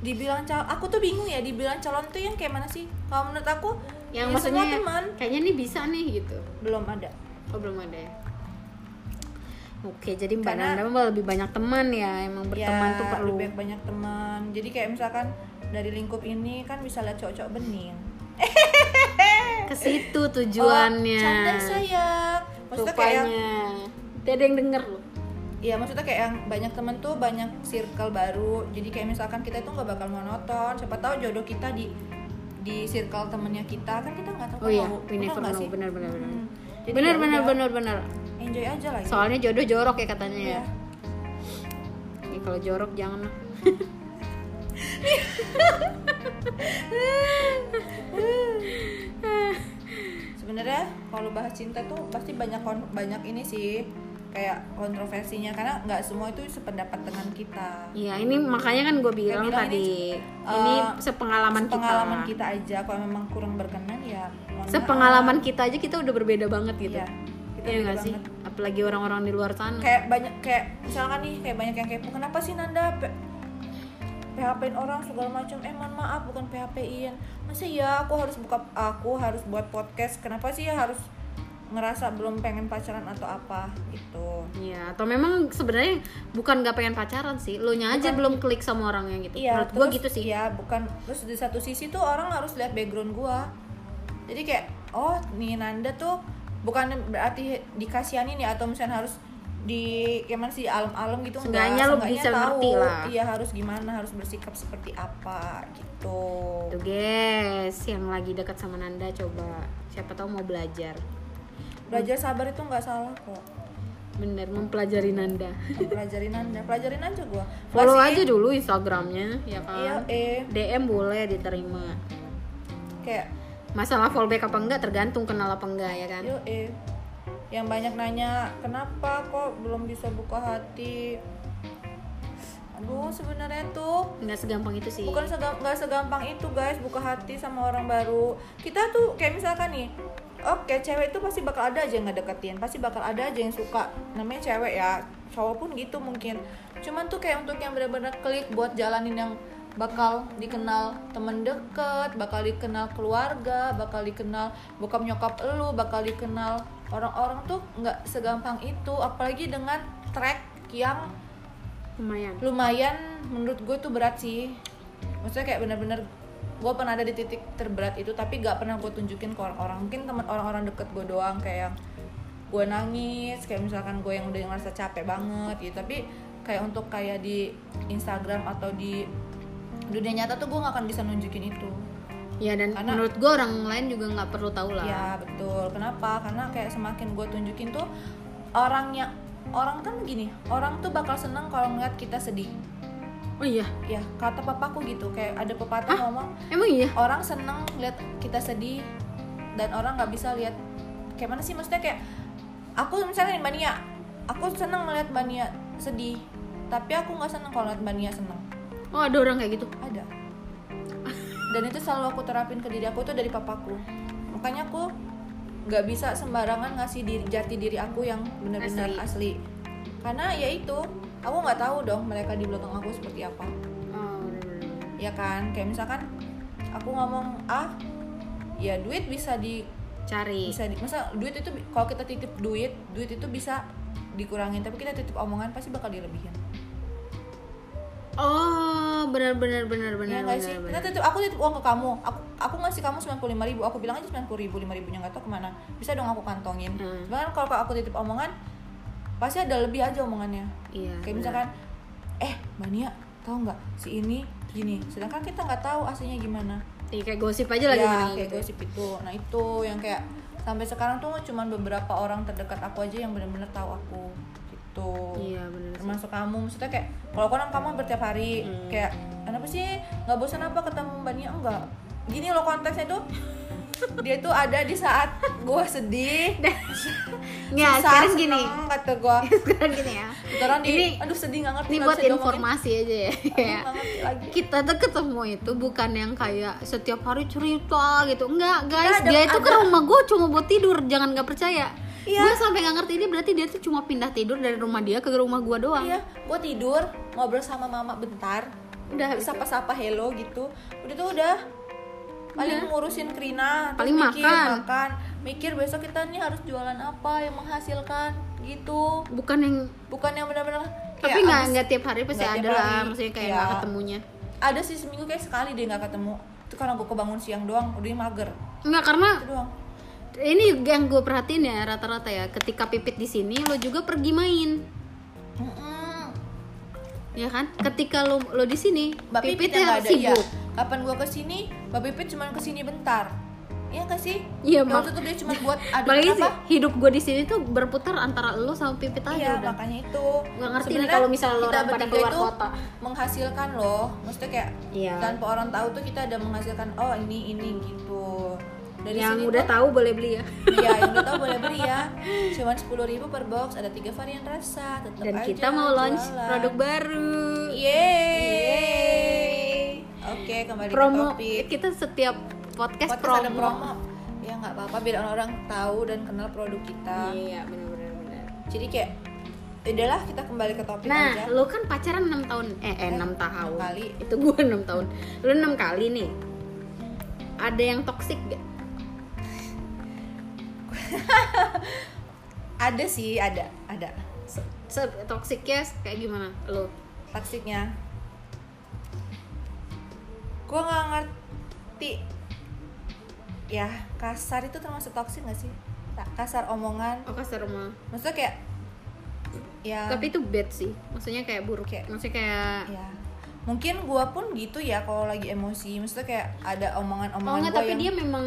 dibilang calon aku tuh bingung ya dibilang calon tuh yang kayak mana sih kalau menurut aku Yang ya maksudnya semua teman kayaknya nih bisa nih gitu. belum ada Oh, belum ada ya. Oke, jadi Mbak Karena- Nanda mah lebih banyak teman ya. Emang berteman Ya, tuh perlu. lebih baik banyak teman jadi kayak misalkan dari lingkup ini kan bisa lihat cocok bening Ke situ oh, tujuannya. canda sayang maksudnya kayak yang- Rupanya. Tidak ada yang denger loh. Iya maksudnya kayak yang banyak temen tuh banyak circle baru jadi kayak misalkan kita tuh nggak bakal monoton siapa tahu jodoh kita di di circle temennya kita kan kita nggak tahu Oh iya, kalau- we bener never nggak know. sih? Benar benar benar. Hmm. Jadi Benar ya benar udah, benar benar. enjoy aja lah gitu. Soalnya jodoh jorok ya katanya ya. Iya. Ya, kalau jorok jangan lah. sebenarnya kalau bahas cinta tuh pasti banyak kon- banyak ini sih kayak kontroversinya karena nggak semua itu sependapat dengan kita Iya, ini makanya kan gue bilang bilang tadi ini, ini, eh, sepengalaman, pengalaman kita. kita aja kalau memang kurang berkenan ya mohon Sepengalaman kita aja kita udah berbeda banget maaf. gitu. Iya, kita Iya beda nggak sih? banget. Apalagi orang-orang di luar sana. kayak banyak kayak misalkan nih kayak banyak yang kepo kenapa sih Nanda P- PHP-in orang segala macam eh mohon maaf bukan PHP-in masa ya aku harus buka aku harus buat podcast kenapa sih ya harus ngerasa belum pengen pacaran atau apa gitu Iya, atau memang sebenarnya bukan nggak pengen pacaran sih, lo nya aja belum klik sama orangnya gitu. Iya, Menurut gue terus- gitu sih. Iya, bukan terus di satu sisi tuh orang harus lihat background gua. Jadi kayak oh, nih Nanda tuh bukan berarti dikasihani nih atau misalnya harus di gimana sih alam-alam gitu enggak. Seenggaknya lu Seenggaknya bisa ngerti lah. Iya, harus gimana, harus bersikap seperti apa gitu. Tuh guys, yang lagi dekat sama Nanda coba siapa tahu mau belajar. Belajar sabar itu nggak salah kok. Bener mempelajari Nanda. Pelajarin Nanda, pelajarin aja gua. Follow Kasih- aja dulu Instagramnya, ya kan? Iya, eh DM boleh diterima. kayak Masalah fallback apa enggak tergantung kenal apa enggak ya kan? Yo, eh. Yang banyak nanya, kenapa kok belum bisa buka hati? Aduh, sebenarnya tuh Enggak segampang itu sih. bukan segam, nggak segampang itu guys buka hati sama orang baru. Kita tuh kayak misalkan nih, oke cewek itu pasti bakal ada aja yang ngedeketin, pasti bakal ada aja yang suka. Namanya cewek ya, cowok pun gitu mungkin. Cuman tuh kayak untuk yang benar-benar klik buat jalanin yang bakal dikenal temen deket, bakal dikenal keluarga, bakal dikenal bokap nyokap elu, bakal dikenal orang-orang tuh nggak segampang itu, apalagi dengan track yang Lumayan. lumayan menurut gue tuh berat sih maksudnya kayak bener-bener gue pernah ada di titik terberat itu tapi gak pernah gue tunjukin ke orang-orang mungkin teman orang-orang deket gue doang kayak yang gue nangis kayak misalkan gue yang udah ngerasa capek banget gitu tapi kayak untuk kayak di Instagram atau di dunia nyata tuh gue gak akan bisa nunjukin itu Ya dan Karena- menurut gue orang lain juga nggak perlu tahu lah. ya betul kenapa karena kayak semakin gue tunjukin tuh orangnya orang kan gini orang tuh bakal seneng kalau ngeliat kita sedih Oh iya. ya kata papaku gitu kayak ada pepatah ngomong Emang iya? orang seneng lihat kita sedih dan orang nggak bisa lihat kayak mana sih maksudnya kayak aku misalnya nih Mbak Nia aku seneng ngeliat Mbak Nia sedih tapi aku nggak seneng kalau ngeliat Mbak Nia seneng Oh ada orang kayak gitu. ada dan itu selalu aku terapin ke diri aku itu dari papaku makanya aku nggak bisa sembarangan ngasih diri jati diri aku yang benar-benar Asli. asli. karena ya itu aku nggak tahu dong mereka di belakang aku seperti apa Oh, bener-bener. ya kan kayak misalkan aku ngomong ah ya duit bisa di Cari. bisa di masa duit itu bi- kalau kita titip duit duit itu bisa dikurangin tapi kita titip omongan pasti bakal dilebihin Oh, benar benar benar benar. Iya nggak sih benar, kita benar. titip aku titip uang ke kamu aku aku ngasih kamu sembilan puluh ribu aku bilang aja sembilan puluh ribu lima ribunya nggak tahu kemana bisa dong aku kantongin Hmm. cuman kan kalau aku titip omongan pasti ada lebih aja omongannya Iya. kayak benar. misalkan eh mbak Nia tahu nggak si ini gini sedangkan kita nggak tahu aslinya gimana Iya, kayak gosip aja lah ya, gimana kayak gitu. gosip itu nah itu yang kayak sampai sekarang tuh cuman beberapa orang terdekat aku aja yang benar-benar tahu aku gitu Iya, benar. sih. termasuk kamu maksudnya kayak kalau aku kan kamu hampir tiap hari Hmm. kayak kenapa sih nggak bosan apa ketemu mbak Nia enggak gini loh konteksnya tuh dia tuh ada di saat gue sedih Nggak, susah, sekarang gini. seneng, kata gue Sekarang gini ya. sekarang di Ini- aduh sedih nggak ngerti Ini nggak buat bisa diomongin. informasi aja ya. Aduh, Kayak nggak ngerti lagi kita tuh ketemu itu bukan yang kayak setiap hari cerita gitu enggak guys ada- dia itu ke ada- rumah gue cuma buat tidur jangan nggak percaya Iya. gue sampai nggak ngerti ini berarti dia tuh cuma pindah tidur dari rumah dia ke rumah gue doang Iya, gue tidur ngobrol sama mama bentar. Udah Terus sapa-sapa hello gitu. Udah tuh udah paling ngurusin Krina, terus Paling mikir, makan. makan, mikir besok kita nih harus jualan apa yang menghasilkan gitu. bukan yang Bukan yang benar-benar tapi kayak nggak abis- nggak tiap hari pasti nggak ada tiap lah hari. maksudnya kayak Iya. nggak ketemunya ada sih seminggu kayak sekali dia nggak ketemu. Itu karena gue kebangun siang doang, udah mager. Enggak karena Itu doang. ini yang gue perhatiin ya rata-rata ya ketika pipit di sini lo juga pergi main Mm-mm. ya kan ketika lo lo di sini Mbak Pipit, yang pipitnya nggak ada iya. ya, sibuk Kapan gue kesini, Mbak Pipit cuma kesini bentar. Iya nggak sih? Iya, Mak. Yang Waktu itu dia cuma buat ada Apalagi apa? sih, hidup gue di sini tuh berputar antara lo sama pipit aja Iya, udah makanya itu. Nggak ngerti nih Sebenarnya kalau misalnya lo kita orang pada bertiga keluar itu kota. menghasilkan loh. Maksudnya kayak Iya. tanpa orang tahu tuh kita ada menghasilkan oh ini ini gitu. dari yang sini udah tuh- tahu boleh beli ya Iya, yang udah tahu boleh beli ya. Cuman 10.000 per box, ada tiga varian rasa. Tetap dan aja kita mau launch jualan. produk baru Yeay. Oke, kembali promo ke topik. kita setiap podcast, Podcast ada promo, promo. Ya nggak apa-apa biar orang-orang tahu dan kenal produk kita. iya benar-benar benar. Jadi kayak udahlah kita kembali ke topik nah aja. lu kan pacaran 6 tahun eh, eh 6 tahun kali. itu gua 6 tahun lu 6 kali nih ada yang toksik gak Ada sih, ada, ada. Se- se- toksiknya kayak gimana lu Taksiknya. Gua nggak ngerti. Ya, kasar itu termasuk toksik gak sih? Ta- Kasar omongan. oh kasar Ah. mah Maksudnya kayak ya tapi itu bad sih maksudnya kayak buruk Kayak- maksudnya kayak ya mungkin gua pun gitu ya kalau lagi emosi maksudnya kayak ada oh omongan-omongan enggak gua tapi yang- dia memang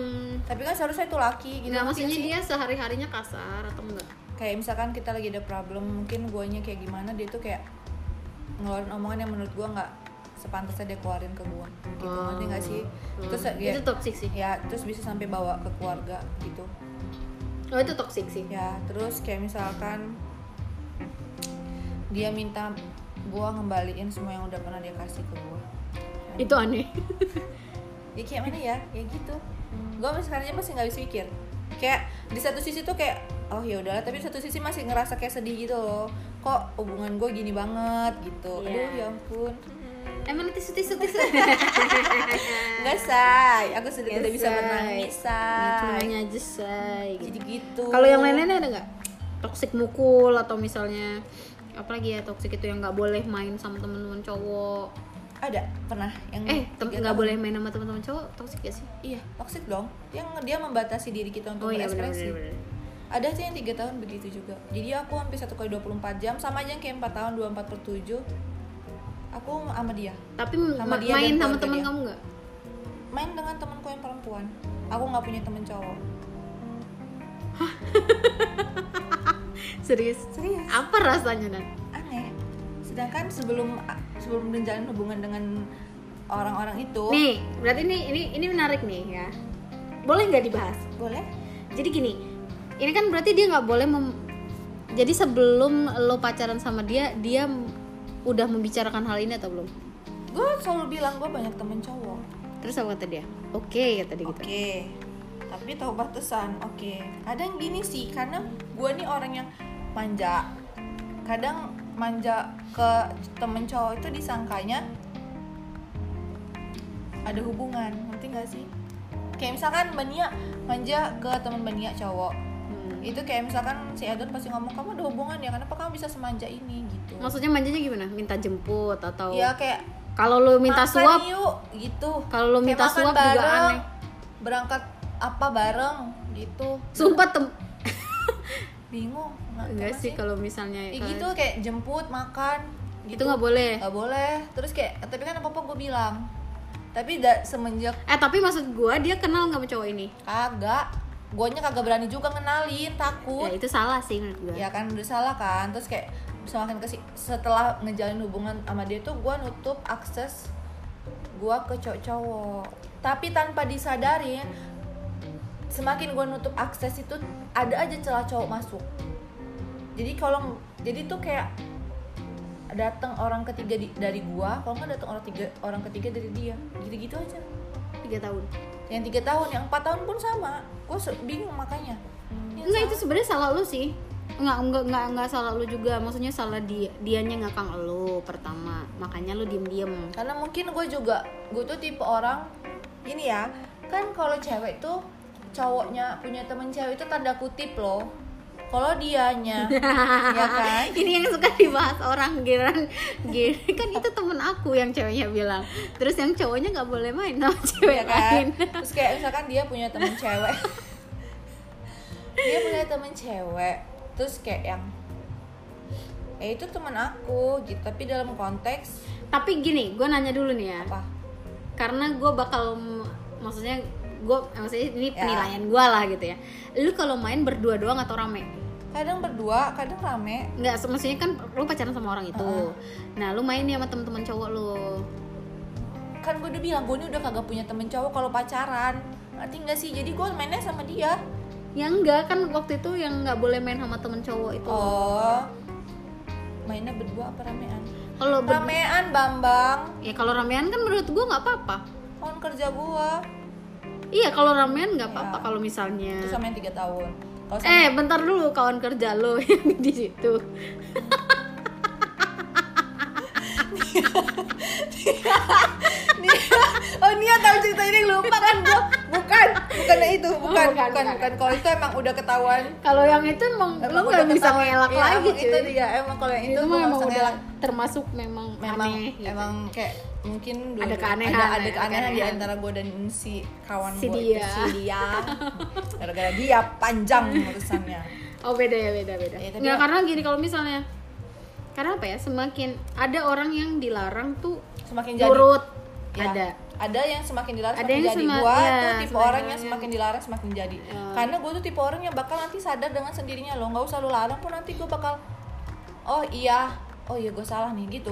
tapi kan seharusnya itu laki gitu enggak ngerti maksudnya gak sih? dia sehari harinya kasar atau enggak kayak misalkan kita lagi ada problem mungkin guanya kayak gimana dia tuh kayak ngeluarin omongan yang menurut gua nggak sepantasnya dia keluarin ke gua gitu Oh. ngerti nggak sih Hmm. terus ya, itu toksik sih ya terus bisa sampai bawa ke keluarga gitu oh itu toksik sih ya terus kayak misalkan dia minta gua ngembaliin semua yang udah pernah dia kasih ke gua itu aneh ya kayak mana ya ya gitu gue sampai sekarang aja masih nggak bisa pikir kayak di satu sisi tuh kayak oh ya udahlah tapi di satu sisi masih ngerasa kayak sedih gitu loh kok hubungan gue gini banget gitu Iya. aduh ya ampun emang tisu tisu tisu nggak say aku sudah Nggak, tidak bisa Iya, Say. menangis Ya, say namanya aja say jadi gitu. gitu kalau yang lain-lain ada nggak toksik mukul atau misalnya apalagi ya toksik itu yang nggak boleh main sama teman-teman cowok ada pernah yang eh tem- Hmm, tiga nggak tahun. boleh main sama teman-teman cowok toksik ya sih iya toxic dong yang dia membatasi diri kita oh untuk iya berekspresi benar-benar ada sih yang tiga tahun begitu juga jadi aku hampir satu kali 24 jam sama aja yang kayak empat tahun 24 per 7 aku sama dia tapi ma- Sama dia main dan sama keluarga teman dia. kamu nggak main dengan temanku yang perempuan aku nggak punya temen cowok serius serius apa rasanya Nat? aneh sedangkan sebelum sebelum menjalin hubungan dengan orang-orang itu Nih, berarti ini ini ini menarik nih ya. Boleh nggak dibahas? boleh Jadi gini, ini kan berarti dia nggak boleh mem- jadi sebelum lo pacaran sama dia, dia m- udah membicarakan hal ini atau belum? gue selalu bilang gue banyak temen cowok Terus apa kata dia? Oke kata dia oke gitu. tapi tahu batasan oke kadang gini sih karena gue nih orang yang manja kadang manja ke temen cowok itu disangkanya ada hubungan ngerti gak sih kayak misalkan Bania manja ke temen Bania cowok Hmm. itu kayak misalkan si Edon pasti ngomong kamu ada hubungan ya kenapa kamu bisa semanja ini gitu Maksudnya manjanya gimana? Minta jemput atau ya kayak kalau lo minta makan suap? yuk gitu Kalau lo Kayak minta makan suap juga bareng, aneh. berangkat apa bareng gitu Sumpah tem bingung nggak enggak tahu sih kalau misalnya Ya kalau- gitu kayak jemput makan gitu. itu nggak boleh. nggak boleh terus kayak tapi kan apa apa gue bilang tapi da, semenjak Eh tapi maksud gua dia kenal nggak sama cowok ini? kagak guanya kagak berani juga kenalin takut Ya itu salah sih menurut gua. ya kan udah salah kan terus kayak semakin kesini setelah ngejalin hubungan sama dia tuh gue nutup akses gue ke cowok-cowok tapi tanpa disadarin semakin gue nutup akses itu ada aja celah cowok masuk jadi kalau jadi tuh kayak datang orang ketiga di- dari gua kalau nggak datang orang tiga orang ketiga dari dia gitu-gitu aja Tiga tahun. yang tiga tahun yang empat tahun pun sama gue bingung makanya Iya Ini Enggak salah. itu sebenarnya salah lu sih. Enggak enggak enggak enggak salah lu juga. Maksudnya salah dia dianya ngakang lu pertama. Makanya lu diem-diem. karena mungkin gue juga gue tuh tipe orang ini ya kan kalau cewek tuh cowoknya punya temen cewek itu tanda kutip loh kalau dianya ya kan Ini yang suka dibahas orang geran gini kan itu temen aku yang ceweknya bilang. Terus yang cowoknya nggak boleh main sama cewek ya kan lain. terus kayak misalkan dia punya temen cewek dia punya temen cewek terus kayak yang eh itu temen aku gitu tapi dalam konteks Tapi gini, gue nanya dulu nih ya. apa Karena gue bakal m- maksudnya gue maksudnya ini Ya. penilaian gue lah gitu ya. Lu kalau main berdua doang atau rame? kadang berdua kadang rame Nggak, se- maksudnya kan lu pacaran sama orang itu. Heeh. Nah, lu main nih sama teman-teman cowok lu. kan gue udah bilang gue ini udah kagak punya temen cowok kalau pacaran ngerti nggak sih jadi gue mainnya sama dia Ya enggak kan waktu itu yang nggak boleh main sama temen cowok itu. oh mainnya berdua apa ramean Kalau ber- ramean bambang ya kalau ramean kan menurut gua nggak apa-apa. tahun kerja gue Iya kalau ramean nggak apa-apa kalau misalnya. itu sama yang tiga tahun kalau Iya. Oh, sama Eh bentar dulu kawan kerja lo yang di situ. Nia, oh Nia tahu cerita ini lupa kan gua bukan bukan itu Oh, bukan bukan, bukan bukan, kalau itu emang udah ketahuan Kalau yang itu emang Emang lo udah nggak bisa ketahuan. ngelak Iya, lagi emang cuy. itu dia emang kalau yang itu, itu gua mah nggak emang bisa udah ngelak. termasuk memang, memang aneh gitu. emang kayak mungkin dua- Ada keanehan, ada, ada ada keanehan di keanehan. antara gue dan si kawan Si gue dia. si dia gara-gara dia panjang urusannya Oh beda ya beda beda. Iya, tapi Nggak ya- karena gini kalau misalnya karena apa ya semakin ada orang yang dilarang tuh semakin jadi nurut Ya, ada. ada yang semakin dilarang Ada semakin yang jadi sema- gua ya, tuh tipe semakin orang yang dilarang. Ya. semakin dilarang semakin jadi karena gue tuh tipe orang yang bakal nanti sadar dengan sendirinya loh nggak usah lu larang pun nanti gue bakal oh iya oh iya gue salah nih gitu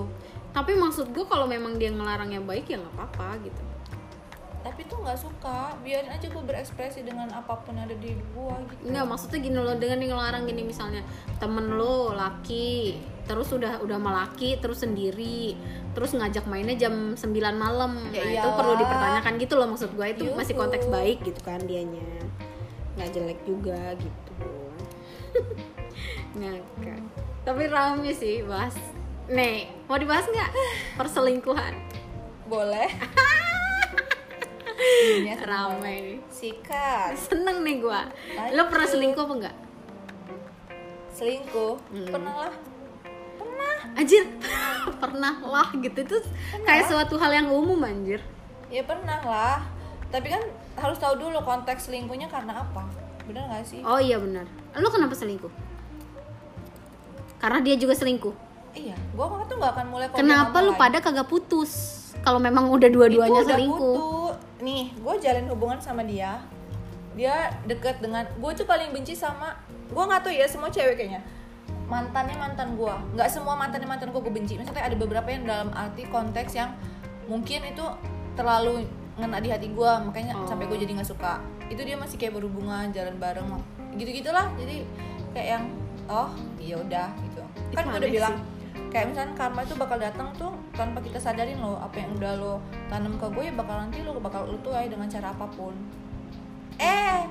Tapi maksud gue kalau memang dia ngelarang yang baik ya nggak apa-apa gitu. tapi tuh nggak suka biarin aja gue berekspresi dengan apapun ada di gua gitu Enggak, maksudnya gini loh dengan yang ngelarang gini misalnya temen lo laki terus udah udah melaki terus sendiri terus ngajak mainnya jam 9 malam nah, Ya itu iyalah. perlu dipertanyakan gitu loh maksud gue itu masih Yuhu. konteks baik gitu kan dianya nggak jelek juga gitu ngakak tapi rame sih bahas nih mau dibahas nggak perselingkuhan boleh Ininya rame nih sikat seneng nih gue lo pernah selingkuh apa enggak selingkuh Hmm. pernah lah anjir pernah lah gitu itu kayak suatu hal yang umum anjir ya pernah lah tapi kan harus tahu dulu konteks selingkuhnya karena apa bener nggak sih oh iya benar lo kenapa selingkuh karena dia juga selingkuh Iya, gua waktu tuh gak akan mulai kalau kenapa dia lu ngomong pada kagak putus kalau memang udah dua-duanya Itu udah selingkuh putus. Nih, gue jalin hubungan sama dia. Dia deket dengan gue tuh paling benci sama gue nggak tahu ya semua cewek kayaknya mantannya mantan gue nggak semua mantannya mantan gue gue benci maksudnya ada beberapa yang dalam arti konteks yang mungkin itu terlalu ngena di hati gue makanya Oh. sampai gue jadi nggak suka itu dia masih kayak berhubungan jalan bareng gitu gitulah jadi kayak yang oh ya udah gitu Itu kan gue udah aneh bilang kayak misalnya karma itu bakal datang tuh tanpa kita sadarin loh apa yang udah lo tanam ke gue ya bakal nanti lo bakal lo tuai dengan cara apapun eh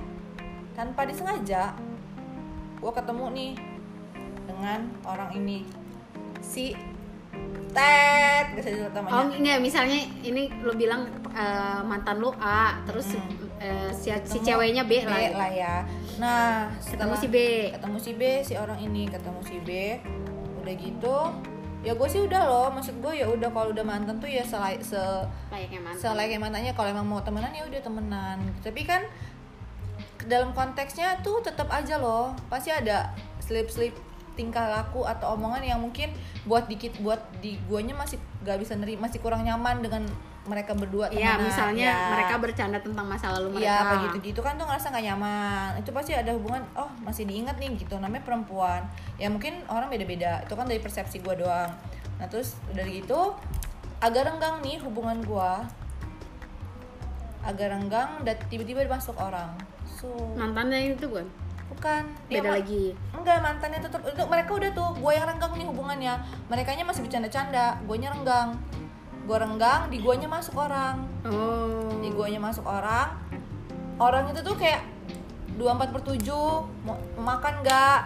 tanpa disengaja gue ketemu nih dengan orang ini si Ted gak usah sebut Oh namanya enggak, misalnya ini lu bilang eh, mantan lu A, terus eh, si, si Hmm. Ketemu ceweknya B, B lah. lah ya nah Ketemu setelah- si B. ketemu si B si orang ini ketemu si B udah gitu ya gue sih udah loh maksud gue ya udah kalau udah mantan tuh ya selai, se Layaknya mantan. selai mantannya kalau emang mau temenan ya udah temenan tapi kan dalam konteksnya tuh tetap aja loh pasti ada slip slip tingkah laku atau omongan yang mungkin buat dikit buat di guanya masih gak bisa neri masih kurang nyaman dengan mereka berdua Iya, temenan. misalnya Ya. mereka bercanda tentang masa lalu mereka. Iya, kayak gitu-gitu kan tuh ngerasa nggak nyaman. Itu pasti ada hubungan, oh masih diingat nih gitu. Namanya perempuan. Ya mungkin orang beda-beda. Itu kan dari persepsi gua doang. Nah terus dari gitu agak renggang nih hubungan gua. Agak renggang dan tiba-tiba masuk orang. So, Mantannya itu bukan? bukan Nah, Dia Beda ma- lagi. Enggak, mantannya tetap itu mereka udah tuh gue yang renggang nih hubungannya. Merekanya masih bercanda-canda, guanya renggang. Gue renggang, di guanya masuk orang Oh. di guanya masuk orang orang itu tuh kayak 24 per 7 mau makan nggak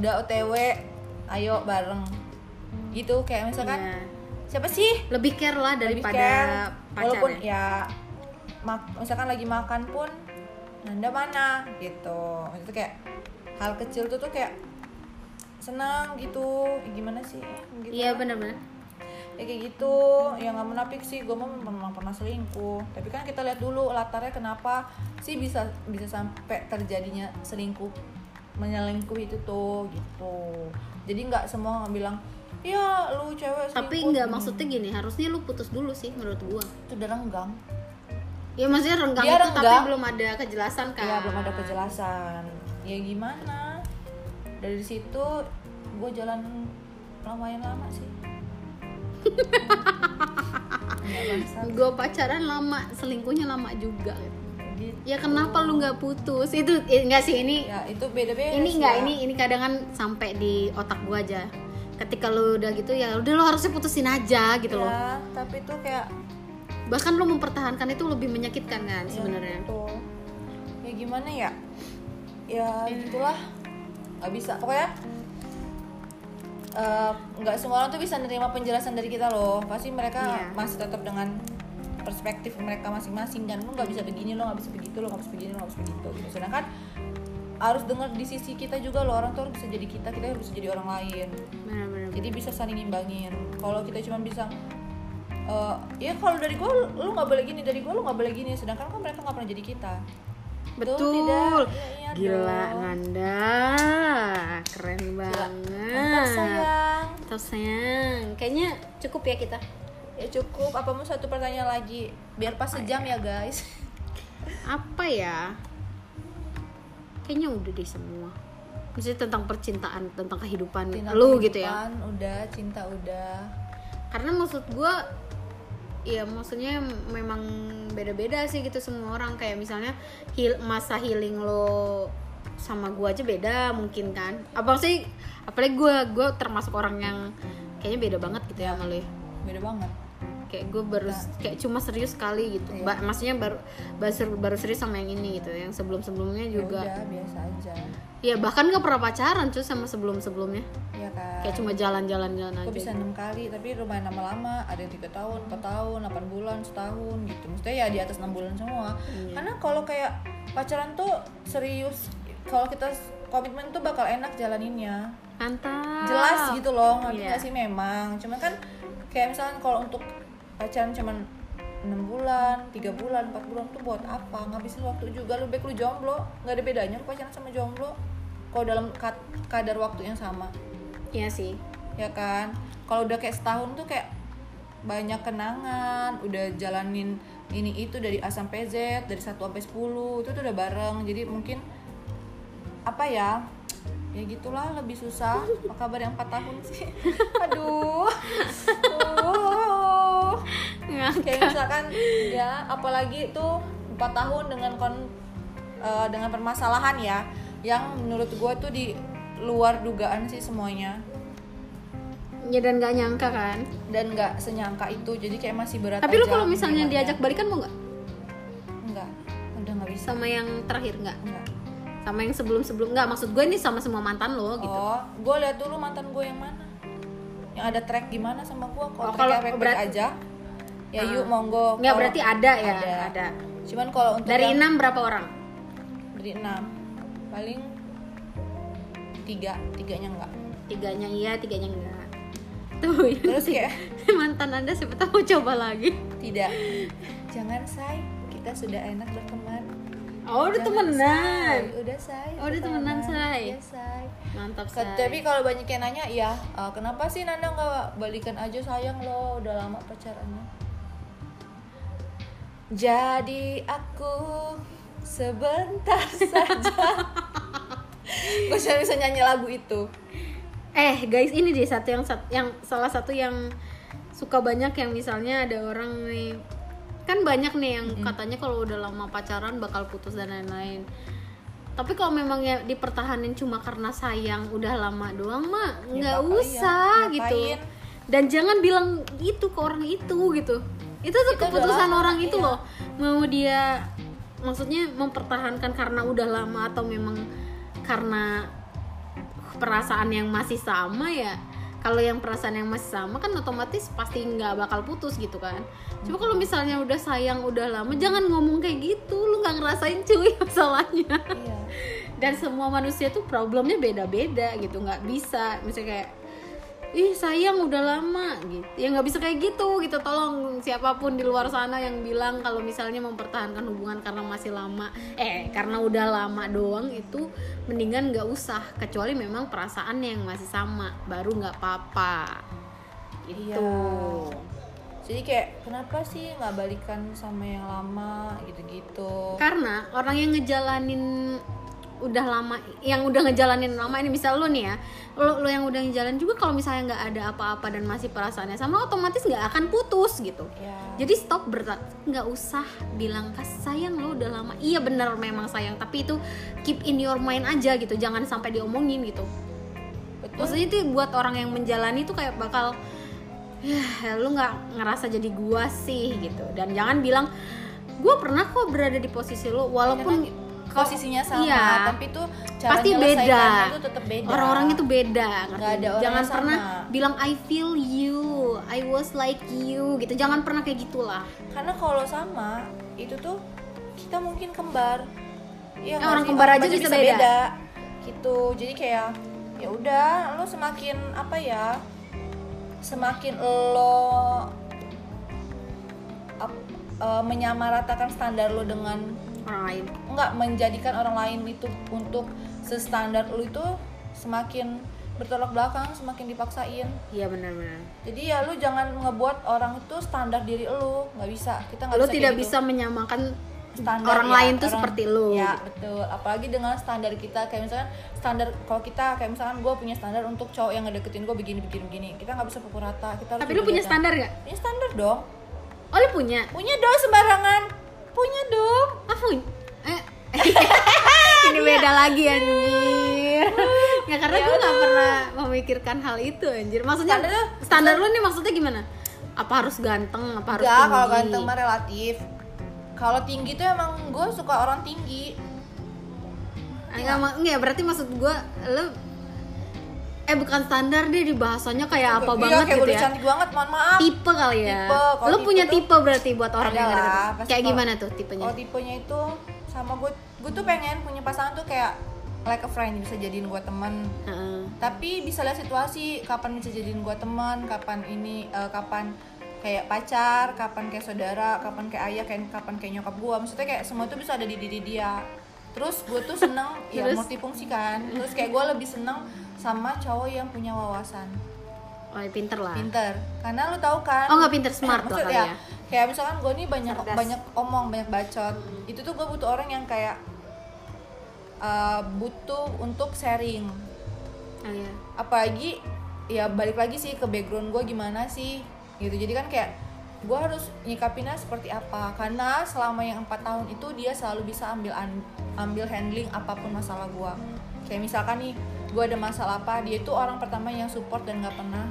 udah otw ayo bareng gitu kayak misalkan Iya. siapa sih Lebih care lah Lebih daripada care. pacar walaupun ya? ya mak- misalkan lagi makan pun nanda mana gitu itu kayak hal kecil tuh tuh kayak senang gitu gimana sih gitu Iya benar-benar. ya kayak gitu ya nggak menafik sih gue mau memang pernah selingkuh tapi kan kita lihat dulu latarnya kenapa sih bisa bisa sampai terjadinya selingkuh menyelingkuh itu tuh gitu jadi nggak semua bilang ya lu cewek selingkuh Tapi enggak maksudnya gini, harusnya lu putus dulu sih menurut gua. itu udah renggang Ya maksudnya renggang Dia itu renggang. tapi belum ada kejelasan kan. ya belum ada kejelasan ya gimana dari situ gue jalan lumayan lama sih Nggak, bangsat. Gua pacaran lama, selingkuhnya lama juga. gitu. gitu ya kenapa lu nggak putus itu eh, nggak sih ini ya itu ya. beda beda ini nggak ini ini kadang kan sampai di otak gua aja ketika lu udah gitu ya udah lo harusnya putusin aja gitu loh ya, tapi tuh kayak bahkan lu mempertahankan itu lebih menyakitkan kan ya sebenarnya gitu. ya gimana ya ya Hmm. gitulah nggak bisa pokoknya eh, nggak semua orang tuh bisa nerima penjelasan dari kita loh pasti mereka Iya. masih tetap dengan perspektif mereka masing-masing dan lu nggak bisa begini lo nggak bisa begitu lo nggak bisa begini lo nggak bisa begitu gitu sedangkan harus dengar di sisi kita juga loh orang tuh harus bisa jadi kita kita harus bisa jadi orang lain benar-benar jadi bisa saling imbangin kalau kita cuma bisa eh, ya kalau dari gue lu nggak boleh gini dari gue lu nggak boleh gini sedangkan kan mereka nggak pernah jadi kita Betul betul tidak? Iya, iya gila dong. Nanda keren Ah. Mantap, banget sayang Mantap, sayang kayaknya cukup ya kita ya cukup apa mau satu pertanyaan lagi biar pas sejam ya guys apa ya kayaknya udah deh semua maksudnya tentang percintaan tentang kehidupan Cinta lu gitu ya kehidupan, udah cinta udah karena maksud gue ya maksudnya memang beda-beda sih gitu semua orang kayak misalnya heal- masa healing lo sama gue aja beda mungkin kan abang sih apalagi gue gue termasuk orang yang kayaknya beda banget gitu ya sama lo ya beda banget kayak gue baru kayak cuma serius sekali gitu Iya. Ba- maksudnya baru baru ser- baru serius sama yang ini gitu yang sebelum sebelumnya Ya juga udah biasa aja Iya bahkan gak pernah pacaran cuy sama sebelum-sebelumnya ya kan Kayak cuma jalan-jalan jalan aja gue bisa enam kali tapi lumayan lama-lama ada yang tiga tahun empat tahun 8 bulan setahun gitu maksudnya ya di atas enam bulan semua Iya. karena kalau kayak pacaran tuh serius kalau kita s- komitmen tuh bakal enak jalaninnya Mantap jelas gitu loh Ah, ngerti Iya. nggak sih memang cuman kan kayak misalkan kalau untuk pacaran cuman enam bulan tiga bulan empat bulan tuh buat apa ngabisin waktu juga lu baik lu jomblo nggak ada bedanya lu pacaran sama jomblo kalau dalam kad- kadar waktu yang sama Iya sih ya kan kalau udah kayak setahun tuh kayak banyak kenangan udah jalanin ini itu dari A sampai Z dari 1 sampai 10 itu tuh udah bareng jadi mungkin apa ya ya gitulah lebih susah apa kabar yang 4 tahun sih aduh Aduh. kayak misalkan ya apalagi tuh 4 tahun dengan kon eh, dengan permasalahan ya yang menurut gue tuh di luar dugaan sih semuanya Ya dan gak nyangka kan dan nggak senyangka itu jadi kayak masih berat Tapi lu aja kalau misalnya menerimanya. diajak balikan mau gak? enggak udah nggak bisa Sama yang terakhir gak? enggak Sama yang sebelum-sebelum Gak maksud gue ini sama semua mantan lo Oh, gitu oh gue lihat dulu mantan gue yang mana yang ada track gimana sama gue kalau Oh, kalau tracknya baik-baik berat- aja ya Ah. yuk Nggak monggo Kalau- berarti ada ya ada. Ada cuman kalau untuk Dari yang- enam berapa orang? dari enam paling tiga tiganya enggak Tiganya iya, tiganya enggak Tuh ya. terus kayak mantan anda siapa tahu mau coba lagi tidak jangan say kita sudah enak berteman Oh udah Jangan, temenan Say. udah say Oh, udah temenan, Say. Iya, say Mantap Ke- Shay. Tapi kalau banyak yang nanya, ya eh, kenapa sih Nanda nggak balikan aja sayang lo udah lama pacarannya. Jadi aku sebentar saja. Gue cuma bisa nyanyi lagu itu. Eh guys ini deh satu yang sat- yang salah satu yang suka banyak yang misalnya ada orang nih kan banyak nih yang katanya kalau udah lama pacaran bakal putus dan lain-lain. Tapi kalau memang ya dipertahanin cuma karena sayang udah lama doang mah Ya, nggak bakal- usah iya, gitu. ngapain? Dan jangan bilang itu ke orang itu gitu. Itu tuh Itu udah keputusan lama, orang itu iya. loh. Mau dia maksudnya mempertahankan karena udah lama atau memang karena perasaan yang masih sama ya kalau yang perasaan yang masih sama kan otomatis pasti nggak bakal putus gitu kan cuma kalau misalnya udah sayang udah lama jangan ngomong kayak gitu lu nggak ngerasain cuy masalahnya Iya. dan semua manusia tuh problemnya beda-beda gitu nggak bisa misalnya kayak ih sayang udah lama gitu ya nggak bisa kayak gitu gitu tolong siapapun di luar sana yang bilang kalau misalnya mempertahankan hubungan karena masih lama eh karena udah lama doang itu mendingan nggak usah kecuali memang perasaan yang masih sama baru nggak apa-apa gitu Iya. Jadi kayak kenapa sih nggak Kan balikan sama yang lama gitu-gitu? karena orang yang ngejalanin udah lama yang udah ngejalanin lama ini misal lu nih ya lu, lu yang udah ngejalanin juga kalau misalnya nggak ada apa-apa dan masih perasaannya sama otomatis nggak akan putus gitu Ya. jadi stop berat nggak usah bilang "Kas, sayang lo udah lama iya bener memang sayang tapi itu keep in your mind aja gitu jangan sampai diomongin gitu Betul. maksudnya itu buat orang yang menjalani tuh kayak bakal ya lu nggak ngerasa jadi gua sih gitu dan jangan bilang gua pernah kok berada di posisi lu walaupun posisinya sama, Iya. tapi tuh cara pasti beda nyelesaikannya tuh tetap beda. orang-orang itu beda ngerti? Nggak ada orang jangan yang pernah sama. bilang I feel you I was like you gitu jangan pernah kayak gitulah karena kalau sama itu tuh kita mungkin kembar Eh, ya nggak orang sih? kembar aja bisa beda. gitu jadi kayak ya udah lo semakin apa ya semakin lo ap- eh, menyamaratakan standar lo dengan orang lain nggak menjadikan orang lain itu untuk sestandar lo itu semakin bertolak belakang semakin dipaksain iya benar-benar jadi ya lu jangan ngebuat orang itu standar diri lu nggak bisa kita nggak lu bisa tidak kayak gitu bisa menyamakan standar orang ya, lain tuh orang- seperti lu ya betul apalagi dengan standar kita kayak misalkan standar kalau kita kayak misalkan gue punya standar untuk cowok yang ngedeketin gue begini begini begini kita nggak bisa pukul rata kita harus tapi lu punya berbeda. standar nggak punya Ya, standar dong oh lu punya punya dong sembarangan punya dong Ah, punya. Eh. ini beda lagi anjir ya karena gue nggak pernah memikirkan hal itu anjir maksudnya Standar lu- standar lu nih maksudnya gimana apa harus ganteng apa harus Enggak, tinggi kalau ganteng mah relatif kalau tinggi tuh emang gue suka orang tinggi enggak Iya. ma- enggak, Ah, berarti maksud gue lu eh bukan standar deh di bahasanya kayak apa Iya, banget kayak gitu udah ya cantik banget mohon maaf tipe kali ya Tipe, kalau lu tipe punya tuh tipe berarti buat orang ada yang lah, ngedeketin. pasti kayak kalau- gimana tuh tipenya Oh tipenya itu sama gue, gue tuh pengen punya pasangan tuh kayak like a friend bisa jadiin gue teman. Heeh. Tapi bisa lihat situasi kapan bisa jadiin gue teman, kapan ini, eh, kapan kayak pacar, kapan kayak saudara, kapan kayak ayah, kayak kapan kayak nyokap gue. Maksudnya kayak semua tuh bisa ada di diri dia. Terus gue tuh seneng ya Terus? multifungsi kan. Terus kayak gue lebih seneng sama cowok yang punya wawasan, oh pinter lah pinter. Karena lu tahu kan. oh nggak pinter smart lah Maksud- kali ya, ya kayak misalkan gue nih banyak Cerdas. banyak omong banyak bacot itu tuh gue butuh orang yang kayak uh, butuh untuk sharing oh, iya. apalagi ya balik lagi sih ke background gue gimana sih gitu jadi kan kayak gue harus nyikapinnya seperti apa karena selama yang empat tahun itu dia selalu bisa ambil an- ambil handling apapun masalah gue kayak misalkan nih gue ada masalah apa dia itu orang pertama yang support dan nggak pernah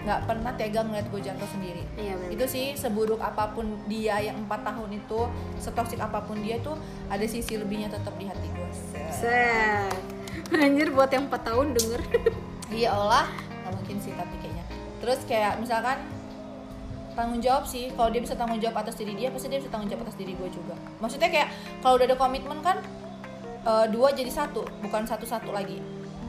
nggak pernah tega ngeliat gue jatuh sendiri Iya, benar. itu sih seburuk apapun dia yang empat tahun itu setoksik apapun dia tuh ada sisi lebihnya tetap di hati gue Set. Anjir buat yang 4 tahun denger. Iya Allah, nggak mungkin sih tapi kayaknya. Terus kayak misalkan tanggung jawab sih, kalau dia bisa tanggung jawab atas diri dia, pasti dia bisa tanggung jawab atas diri gue juga. Maksudnya kayak kalau udah ada komitmen kan eh, dua jadi satu, bukan satu satu lagi,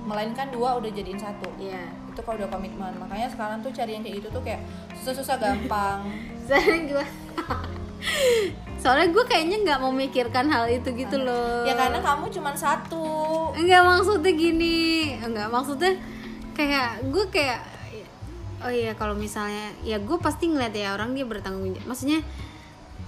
melainkan dua udah jadiin satu. Iya. Itu kalau udah komitmen. Makanya sekarang tuh cari yang kayak gitu tuh kayak susah-susah gampang. Soalnya gua Soalnya gue kayaknya nggak memikirkan hal itu gitu loh. ya karena kamu cuma satu. Enggak maksudnya gini, enggak maksudnya kayak gue kayak oh iya kalau misalnya ya gue pasti ngeliat ya orang dia bertanggung jawab. Maksudnya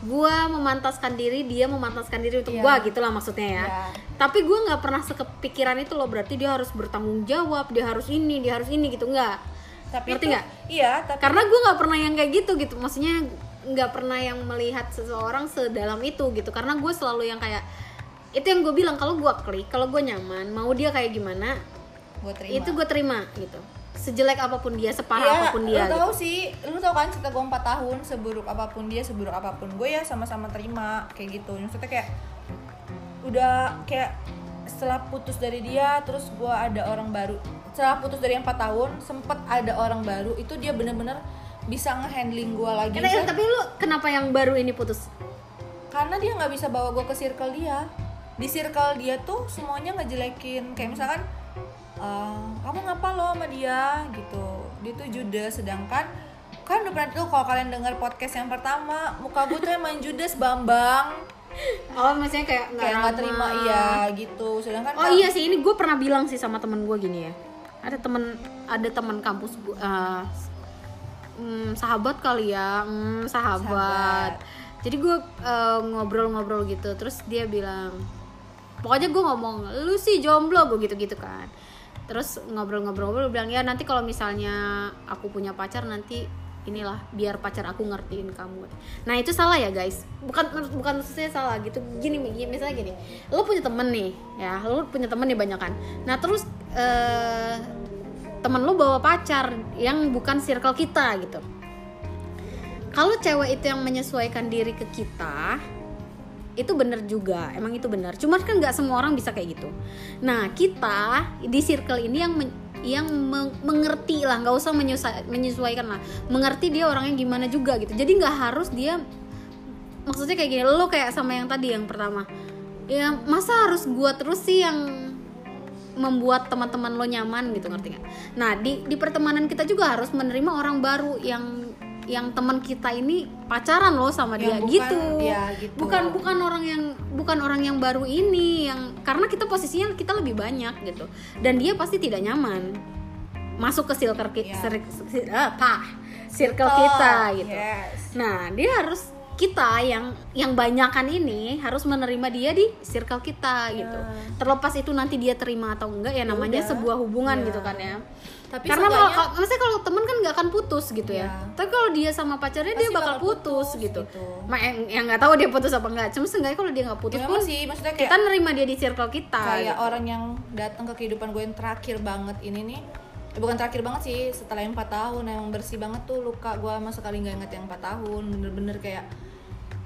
gue memantaskan diri, dia memantaskan diri untuk Iya. gua gue gitulah maksudnya ya. Iya. Tapi gue nggak pernah sekepikiran itu loh berarti dia harus bertanggung jawab, dia harus ini, dia harus ini gitu enggak. Tapi Ngerti tuh- nggak? Iya, tapi karena gue nggak pernah yang kayak gitu gitu maksudnya nggak pernah yang melihat seseorang sedalam itu gitu karena gue selalu yang kayak itu yang gue bilang kalau gue klik kalau gue nyaman mau dia kayak gimana gue terima. itu gue terima gitu sejelek apapun dia separah Iya, apapun dia lu gitu. tahu sih lu tahu kan cerita gue 4 tahun seburuk apapun dia seburuk apapun gue ya sama-sama terima kayak gitu maksudnya kayak udah kayak setelah putus dari dia terus gue ada orang baru setelah putus dari 4 tahun sempet ada orang baru itu dia bener-bener bisa ngehandling gue lagi Karena- Saya- tapi lu kenapa yang baru ini putus karena dia nggak bisa bawa gue ke circle dia di circle dia tuh semuanya ngejelekin kayak misalkan eh, kamu ngapa lo sama dia gitu dia tuh judes sedangkan kan udah pernah tuh kalau kalian dengar podcast yang pertama muka gue tuh emang judes bambang oh maksudnya kayak nggak kayak ramah. nggak terima iya gitu sedangkan oh iya sih ini gue pernah bilang sih sama temen gue gini ya ada temen ada teman kampus gue sahabat kali ya Hmm, sahabat. Sahabat. jadi gue eh, ngobrol-ngobrol gitu terus dia bilang pokoknya gue ngomong lu sih jomblo gue gitu-gitu kan terus ngobrol-ngobrol-ngobrol bilang ya nanti kalau misalnya aku punya pacar nanti inilah biar pacar aku ngertiin kamu nah itu salah ya guys bukan bukan maksudnya salah gitu gini gini, misalnya gini lu punya temen nih ya lu punya temen nih banyak kan nah terus eh, temen lu bawa pacar yang bukan circle kita gitu kalau cewek itu yang menyesuaikan diri ke kita itu bener juga emang itu bener cuman kan nggak semua orang bisa kayak gitu nah kita di circle ini yang men- yang meng- mengerti lah nggak usah menyesa- menyesuaikan lah mengerti dia orangnya gimana juga gitu jadi nggak harus dia maksudnya kayak gini lo kayak sama yang tadi yang pertama ya masa harus gua terus sih yang membuat teman-teman lo nyaman gitu ngerti nggak? Nah di di pertemanan kita juga harus menerima orang baru yang yang teman kita ini pacaran lo sama dia Yang Ya, bukan gitu. dia gitu. Bukan bukan orang yang bukan orang yang baru ini yang karena kita posisinya kita lebih banyak gitu dan dia pasti tidak nyaman masuk ke circle ki- Iya. sir- sir- apa circle kita gitu. Yes. Nah, dia harus kita yang yang banyakan ini harus menerima dia di circle kita gitu. Iya. Terlepas itu nanti dia terima atau enggak ya namanya udah. sebuah hubungan Ya. gitu kan ya. Tapi Karena kalau seenggaknya- kalau- maksudnya kalau temen kan nggak akan putus gitu ya. Ya. Tapi kalau dia sama pacarnya dia Pasti bakal bakal putus, putus gitu. gitu. Ma- yang yang nggak tahu dia putus apa enggak. Cuma seenggaknya kalau dia nggak putus Gimana pun sih maksudnya Iya, kayak kita nerima dia di circle kita. kayak gitu. orang yang datang ke kehidupan gue yang terakhir banget ini nih eh, bukan terakhir banget sih setelah yang 4 tahun emang bersih banget tuh luka gue sama sekali nggak inget yang 4 tahun bener-bener kayak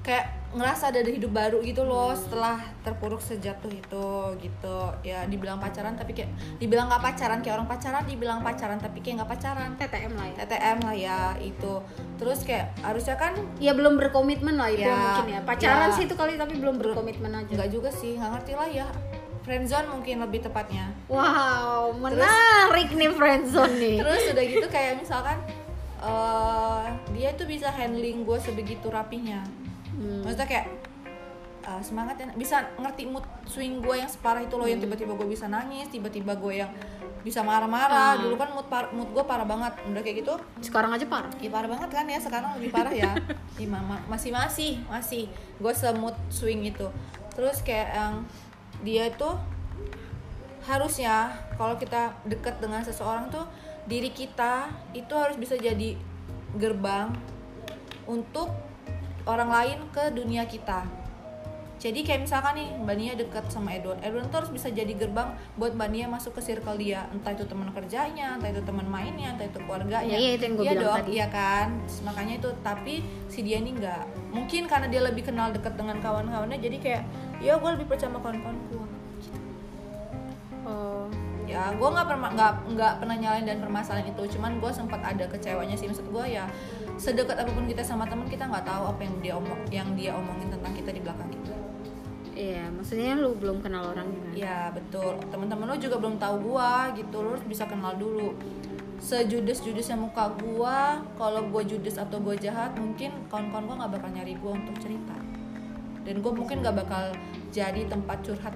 kayak ngerasa ada ada hidup baru gitu loh setelah terpuruk sejatuh itu gitu ya dibilang pacaran tapi kayak dibilang nggak pacaran kayak orang pacaran dibilang pacaran tapi kayak nggak pacaran TTM lah ya. TTM lah ya itu terus kayak harusnya kan Ya belum berkomitmen lah itu Ya, mungkin ya. Pacaran ya. sih itu kali tapi belum berkomitmen aja. nggak juga sih nggak ngerti lah ya friendzone mungkin lebih tepatnya Wow, menarik nih friendzone nih. terus udah gitu kayak misalkan eh, dia tuh bisa handling gue sebegitu rapinya maksudnya kayak eh, semangat ya bisa ngerti mood swing gue yang separah itu loh yang tiba-tiba gue bisa nangis tiba-tiba gue yang bisa marah-marah Ah. dulu kan mood par- mood gue parah banget udah kayak gitu Sekarang aja parah. ya parah banget kan ya sekarang lebih parah ya Ih, mama masih masih masih gue semut swing itu terus kayak yang dia tuh harusnya kalau kita deket dengan seseorang tuh diri kita itu harus bisa jadi gerbang untuk orang lain ke dunia kita jadi kayak misalkan nih Mbak Nia deket sama Edwin Edwin tuh harus bisa jadi gerbang buat Mbak Nia masuk ke circle dia Entah itu teman kerjanya, entah itu teman mainnya, entah itu keluarganya Iya, iya, itu yang gua Iya bilang dong, tadi. iya kan Terus Makanya itu, tapi si dia ini enggak Mungkin karena dia lebih kenal deket dengan kawan-kawannya Jadi kayak, ya gue lebih percaya sama kawan-kawanku Oh. ya gue nggak perma- nggak nggak pernah nyalain dan permasalahan itu cuman gue sempat ada kecewanya sih maksud gue ya sedekat apapun kita sama temen kita nggak tahu apa yang dia omong yang dia omongin tentang kita di belakang kita Iya, maksudnya lu belum kenal orangnya kan? ya betul temen-temen lo juga belum tahu gua gitu lo harus bisa kenal dulu sejudes-judesnya muka gua kalau gua judes atau gua jahat mungkin kawan-kawan gua nggak bakal nyari gua untuk cerita dan gua mungkin nggak bakal jadi tempat curhat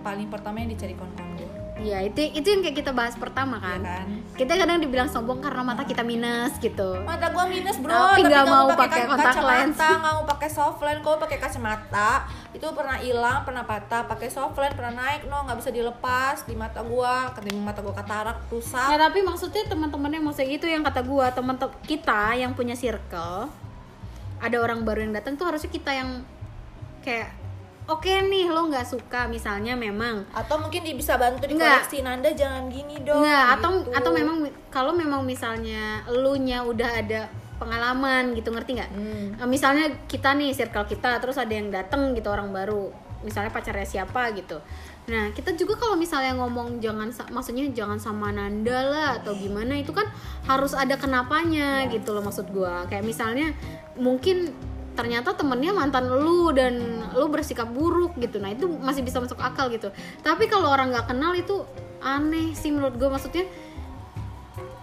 paling pertama yang dicari kawan-kawan gua Iya, itu itu yang kayak kita bahas pertama ya kan. kan Kita kadang dibilang sombong karena mata kita minus gitu. mata gua minus bro Tapi nggak kamu mau pakai ka- kontak lens. kacamata nggak mau pakai soft lens kamu pakai kacamata itu pernah hilang pernah patah pakai soft lens pernah naik no nggak bisa dilepas di mata gua ketemu mata gua katarak Nah, rusak tapi maksudnya teman-teman yang maksudnya itu yang kata gua, teman kita yang punya circle ada orang baru yang datang tuh harusnya kita yang kayak oke nih lo nggak suka misalnya memang atau mungkin dia bisa bantu Nggak. dikoreksi Nanda jangan gini dong Enggak, atau gitu. atau memang mi- kalau memang misalnya elunya udah ada pengalaman gitu ngerti nggak? Hmm. Eh, Misalnya kita nih circle kita terus ada yang dateng gitu orang baru, misalnya pacarnya siapa gitu. Nah kita juga kalau misalnya ngomong jangan sa- maksudnya jangan sama Nanda lah atau gimana itu kan harus ada kenapanya gitu loh maksud gua. Kayak misalnya mungkin ternyata temennya mantan lu dan lu bersikap buruk gitu nah itu masih bisa masuk akal gitu tapi kalau orang nggak kenal itu aneh sih menurut gue maksudnya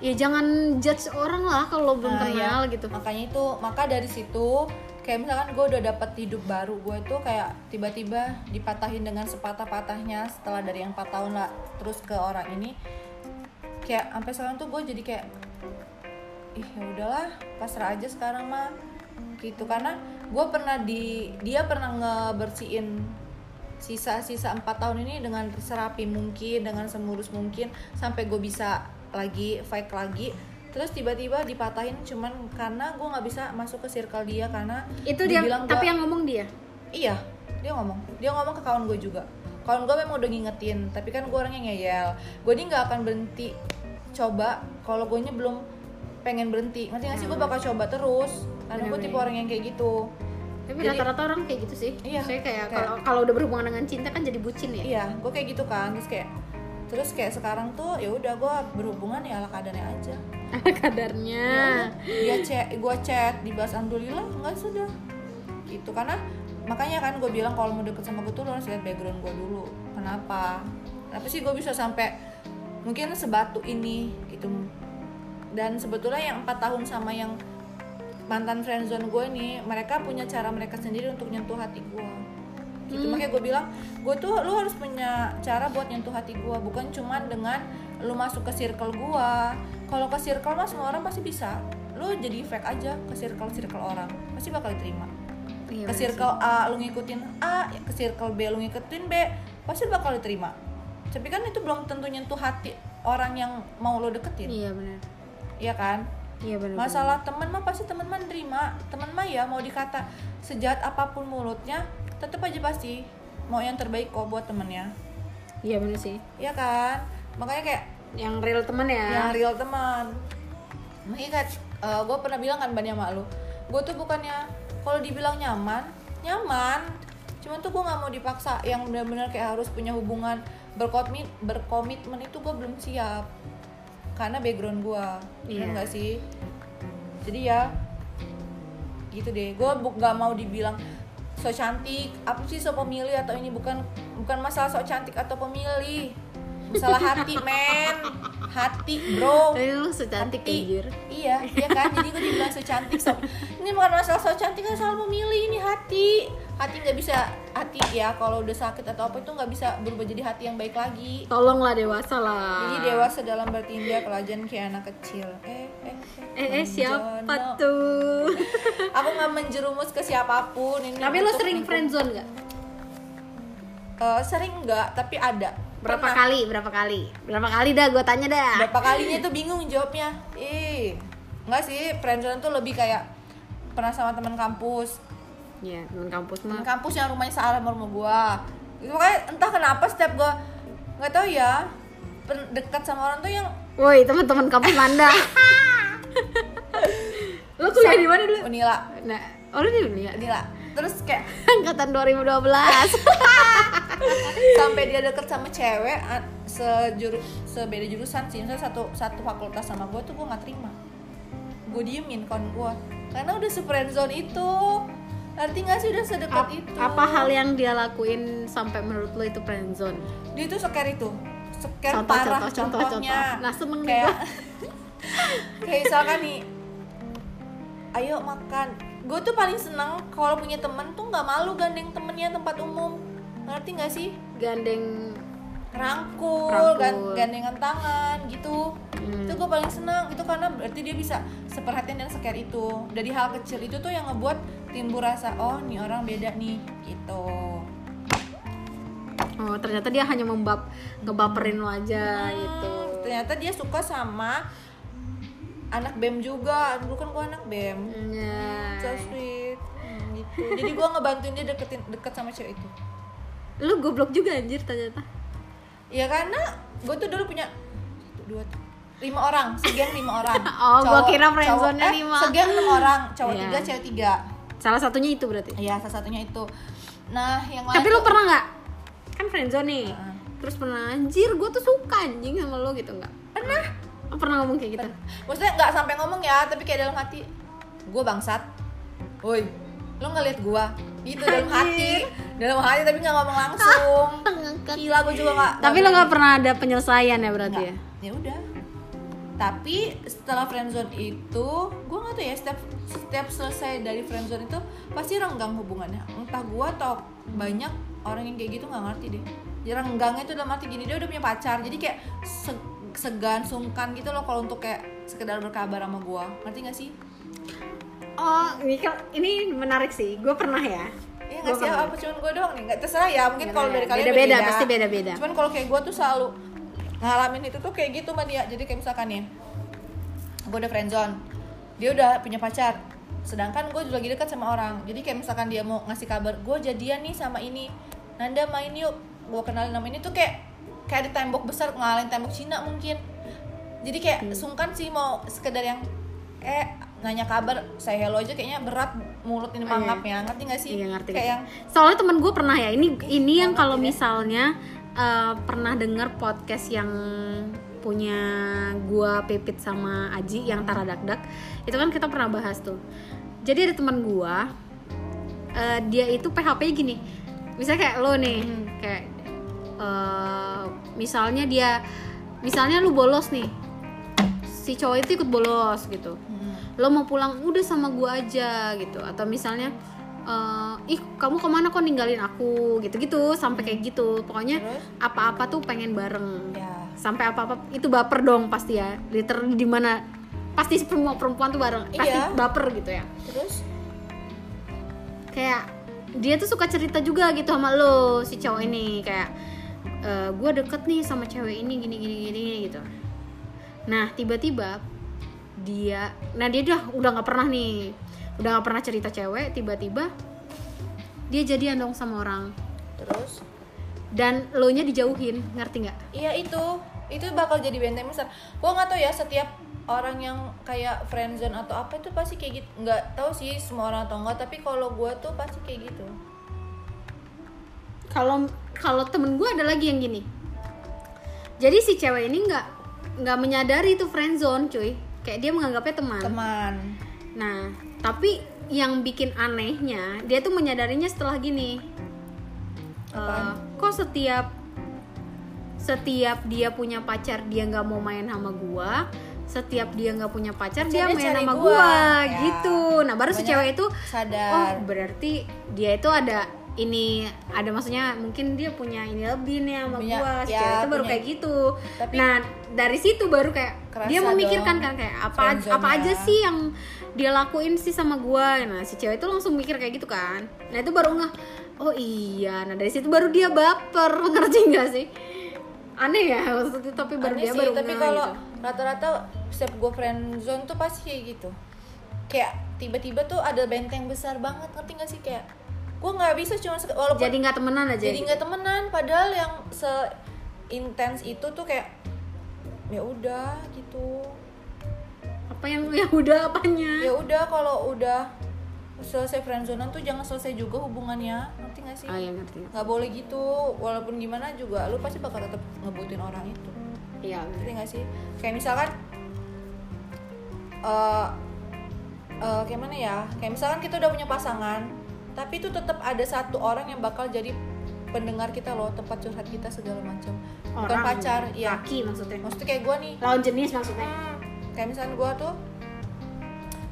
ya jangan judge orang lah kalau belum Nah, ya. kenal gitu makanya itu maka dari situ kayak misalkan gue udah dapet hidup baru gue itu kayak tiba-tiba dipatahin dengan sepatah-patahnya setelah dari yang 4 tahun lah terus ke orang ini kayak sampai sekarang tuh gue jadi kayak ih ya udahlah pasrah aja sekarang mah gitu karena gue pernah di dia pernah ngebersihin sisa-sisa empat tahun ini dengan serapi mungkin dengan semulus mungkin sampai gue bisa lagi fight lagi terus tiba-tiba dipatahin cuman karena gue nggak bisa masuk ke circle dia karena Itu dia dibilang tapi gua- yang ngomong dia. Iya, dia ngomong. Dia ngomong ke kawan gue juga. Kawan gue memang udah ngingetin, tapi kan gue orangnya ngeyel. Gue ini nggak akan berhenti coba kalau gue nya belum pengen berhenti. Ngerti nggak sih? Gue bakal coba terus. Karena gue tipe orang yang kayak gitu. Tapi Jadi- rata-rata orang kayak gitu sih. Iya, Saya kayak kayak- kalau kalau udah berhubungan dengan cinta kan jadi bucin ya. Iya, gue kayak gitu kan. Terus kayak terus kayak sekarang tuh ya udah gue berhubungan ya ala kadarnya aja. Ala kadarnya. dia chat gue chat dibahas alhamdulillah nggak sudah gitu karena makanya kan gue bilang kalau mau deket sama gue tuh lo harus lihat background gue dulu kenapa kenapa sih gue bisa sampai mungkin sebatu ini gitu dan sebetulnya yang empat tahun sama yang mantan friendzone gue ini mereka punya cara mereka sendiri untuk nyentuh hati gue gitu makanya gue bilang gue tuh lu harus punya cara buat nyentuh hati gue bukan cuman dengan lu masuk ke circle gue kalau ke circle mah semua orang pasti bisa lu jadi fake aja ke circle circle orang pasti bakal diterima Iya, ke circle A lu ngikutin A ke circle B lu ngikutin B pasti bakal diterima tapi kan itu belum tentu nyentuh hati orang yang mau lo deketin Iya benar. Iya kan Iya benar. masalah teman mah pasti teman mah nerima teman mah ya mau dikata sejahat apapun mulutnya tetap aja pasti mau yang terbaik kok buat temennya Iya benar sih. ya kan makanya kayak Yang real teman ya. yang real teman makanya kayak gue pernah bilang kan banyak sama lu gue tuh bukannya kalau dibilang nyaman nyaman cuman tuh gue nggak mau dipaksa yang benar-benar kayak harus punya hubungan berkomit berkomitmen itu gue belum siap karena background gue Iya. enggak sih jadi ya gitu deh gue bu- gak mau dibilang so cantik apa sih so pemilih atau ini bukan bukan masalah so cantik atau pemilih masalah hati men hati bro Tapi lu secantik Hati. anjir. iya iya kan jadi gue dibilang so cantik so ini bukan masalah so cantik masalah pemilih ini hati hati nggak bisa hati ya kalau udah sakit atau apa itu nggak bisa berubah jadi hati yang baik lagi Tolonglah dewasa lah. jadi dewasa dalam bertindak kelajen kayak anak kecil eh eh Eh, eh Menjono. siapa tuh? aku nggak menjerumus ke siapapun ini Tapi lu untuk- sering friendzone gak? Eh, sering nggak tapi ada Berapa kali? Berapa kali? Berapa kali dah gue tanya dah. berapa kalinya tuh bingung jawabnya ih nggak sih friendzone tuh lebih kayak pernah sama teman kampus Iya, teman kampus teman mah. kampus yang rumahnya searah sama rumah gua itu makanya entah kenapa setiap gua nggak tahu ya pen- dekat sama orang tuh yang Woi, teman-teman kampus Anda. lu kuliah di mana dulu? unila Nah, oh lu di dunia. unila terus kayak Angkatan 2012. sampai dia deket sama cewek a- sejuru sebeda jurusan sih misalnya satu satu fakultas sama gue tuh gue nggak terima gue diemin kon gue karena udah zone itu ngerti nggak sih udah sedekat Ap- itu apa hal yang dia lakuin sampai menurut lu itu friendzone? dia tuh seker itu seker Contoh, parah contoh, contoh, contohnya contoh. Langsung mengenai kayak kayak misalkan nih ayo makan gue tuh paling seneng kalau punya temen tuh nggak malu gandeng temennya tempat umum ngerti nggak sih Gandeng rangkul, Rangkul. Hmm. gan- gandengan tangan gitu itu gue paling senang itu karena berarti dia bisa seperhatian dan secare itu dari hal kecil itu tuh yang ngebuat timbul rasa oh nih orang beda nih gitu Oh, ternyata dia hanya membab ngebaperin lo aja gitu. ternyata dia suka sama anak bem juga dulu kan gue anak bem so Iya. sweet Hmm, gitu jadi gue ngebantuin dia deketin deket sama cewek itu Lu goblok juga anjir ternyata. ya karena gue tuh dulu punya satu, dua tiga, lima orang segeng lima orang Oh, gua kira friendzone-nya cowok- eh, lima. segeng enam orang cowok Iya. tiga cewek tiga Salah satunya itu berarti. iya salah satunya itu nah yang lain Tapi lu tuh- pernah nggak? Kan friendzone nih. Heeh. Terus pernah anjir, gue tuh suka anjing sama lo gitu nggak? Pernah. Pernah ngomong kayak gitu. maksudnya nggak sampai ngomong ya tapi kayak dalam hati gue bangsat woi lu nggak liat gue gitu dalam hati dalam hati tapi nggak ngomong langsung gila gue juga nggak Tapi lo nggak pernah ada penyelesaian ya berarti ya? Nggak. ya udah tapi setelah friendzone itu gue nggak tahu ya setiap setiap selesai dari friendzone itu pasti renggang hubungannya entah gue atau banyak orang yang kayak gitu nggak ngerti deh jadi renggangnya itu dalam arti gini dia udah punya pacar jadi kayak se- segan sungkan gitu loh kalau untuk kayak sekedar berkabar sama gue ngerti gak sih Oh, ini, ini menarik sih. Gue pernah ya. ya yang ngasih Gua apa, paham. apa cuman gue doang nih nggak terserah ya mungkin kalau dari kalian Beda-beda, pasti beda-beda. cuman kalau kayak gue tuh selalu ngalamin itu tuh kayak gitu sama dia jadi kayak misalkan nih gue udah friendzone dia udah punya pacar sedangkan gue lagi dekat sama orang jadi kayak misalkan dia mau ngasih kabar gue jadian nih sama ini Nanda main yuk gue kenalin nama ini tuh kayak kayak ada tembok besar ngalahin tembok Cina mungkin jadi kayak Hmm. sungkan sih mau sekedar yang eh nanya kabar saya hello aja kayaknya berat mulut ini Oh, iya. mangap ya ngerti gak sih Iya ngerti. kayak yang Soalnya temen gue pernah ya. Ini ini yang kalau misalnya eh, pernah dengar podcast yang punya gua Pipit sama Aji yang Taradakdak itu kan kita pernah bahas tuh. Jadi ada teman gua eh, dia itu PHP-nya gini. Misalnya kayak lo nih, Hmm. kayak eh, misalnya dia misalnya lu bolos nih. Si cowok itu ikut bolos gitu hmm, lo mau pulang udah sama gua aja gitu atau misalnya eh, ih kamu kemana kok ninggalin aku gitu gitu sampai kayak gitu pokoknya Terus? apa-apa tuh pengen bareng ya sampai apa-apa itu baper dong pasti ya literally di mana pasti semua perempuan tuh bareng pasti Iya. baper gitu ya terus kayak dia tuh suka cerita juga gitu sama lo si cowok ini kayak gue deket nih sama cewek ini gini gini gini gitu nah tiba-tiba dia nah dia udah udah nggak pernah nih udah nggak pernah cerita cewek tiba-tiba dia jadian dong sama orang terus dan lo nya dijauhin ngerti nggak iya itu itu bakal jadi benteng besar gue nggak tahu ya setiap orang yang kayak friendzone atau apa itu pasti kayak gitu nggak tahu sih semua orang atau enggak tapi kalau gue tuh pasti kayak gitu kalau kalau temen gue ada lagi yang gini jadi si cewek ini nggak nggak menyadari itu friendzone cuy kayak dia menganggapnya teman teman Nah, tapi yang bikin anehnya, dia tuh menyadarinya setelah gini. Apaan? Eh, kok setiap setiap dia punya pacar dia nggak mau main sama gua, setiap dia nggak punya pacar dia Jadi main cari sama gua. gua, Ya. gitu. Nah, baru si Banyak cewek itu sadar. Oh, berarti dia itu ada ini ada maksudnya mungkin dia punya ini lebih nih sama Punya- gua. Si ya, cewek itu baru punya. kayak gitu. Tapi- nah, dari situ baru kayak dia Kerasa memikirkan dong kan kayak apa friendzone-nya. apa aja sih yang dia lakuin sih sama gua nah si cewek itu langsung mikir kayak gitu kan nah itu baru ngeh oh iya nah dari situ baru dia baper ngerti nggak sih aneh ya maksudnya tapi baru Aneh dia sih, baru tapi ngeh kalau gitu. rata-rata setiap gue friend zone tuh pasti kayak gitu kayak tiba-tiba tuh ada benteng besar banget ngerti gak sih kayak gue nggak bisa cuma sek- walaupun jadi nggak temenan aja jadi gitu. nggak temenan padahal yang se intens itu tuh kayak ya udah gitu apa yang yang udah apanya ya udah kalau udah selesai friendzonean tuh jangan selesai juga hubungannya ngerti gak sih oh iya ngerti nggak boleh gitu walaupun gimana juga lu pasti bakal tetap ngebutin orang itu iya ngerti gak sih kayak misalkan eh eh, kayak mana ya kayak misalkan kita udah punya pasangan tapi itu tetap ada satu orang yang bakal jadi pendengar kita loh tempat curhat kita segala macam bukan Orang. pacar ya laki maksudnya maksudnya kayak gue nih lawan jenis maksudnya Hmm, kayak misalnya gue tuh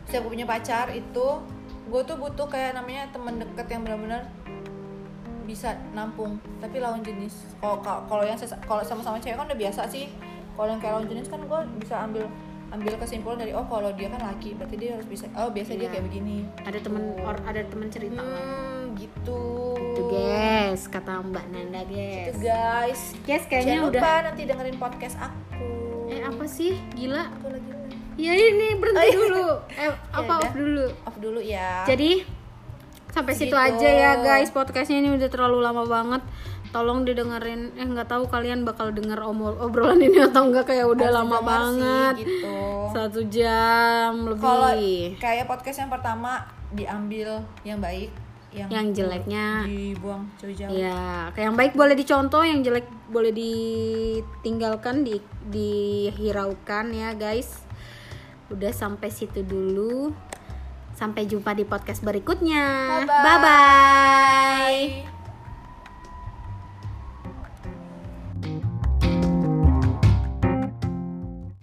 setiap gue punya pacar itu gue tuh butuh kayak namanya temen deket yang benar-benar bisa nampung tapi lawan jenis kalau kalau kalau yang sesa- kalau sama-sama cewek kan udah biasa sih kalau yang kayak lawan jenis kan gue bisa ambil ambil kesimpulan dari oh kalau dia kan laki berarti dia harus bisa oh biasa dia Iya. kayak begini ada temen or, ada temen cerita hmm gitu Tuh, guys kata mbak Nanda Gitu, guys guys guys kayaknya jangan udah lupa nanti dengerin podcast aku eh apa sih gila aku lagi ya ini berhenti Oh, iya. dulu eh apa udah. off dulu off dulu ya Jadi sampai situ Segitu. aja ya guys podcastnya ini udah terlalu lama banget. Tolong didengerin. Eh nggak tahu kalian bakal denger omol- obrolan ini atau enggak kayak udah Harus lama didengar sih, banget. Ah, gitu. Satu jam lebih. Kalau kayak podcast yang pertama diambil yang baik, yang, yang jeleknya dibuang jauh-jauh. ya kayak yang baik boleh dicontoh, yang jelek boleh ditinggalkan, di dihiraukan ya guys. Udah sampai situ dulu. Sampai jumpa di podcast berikutnya. Bye-bye. Bye bye.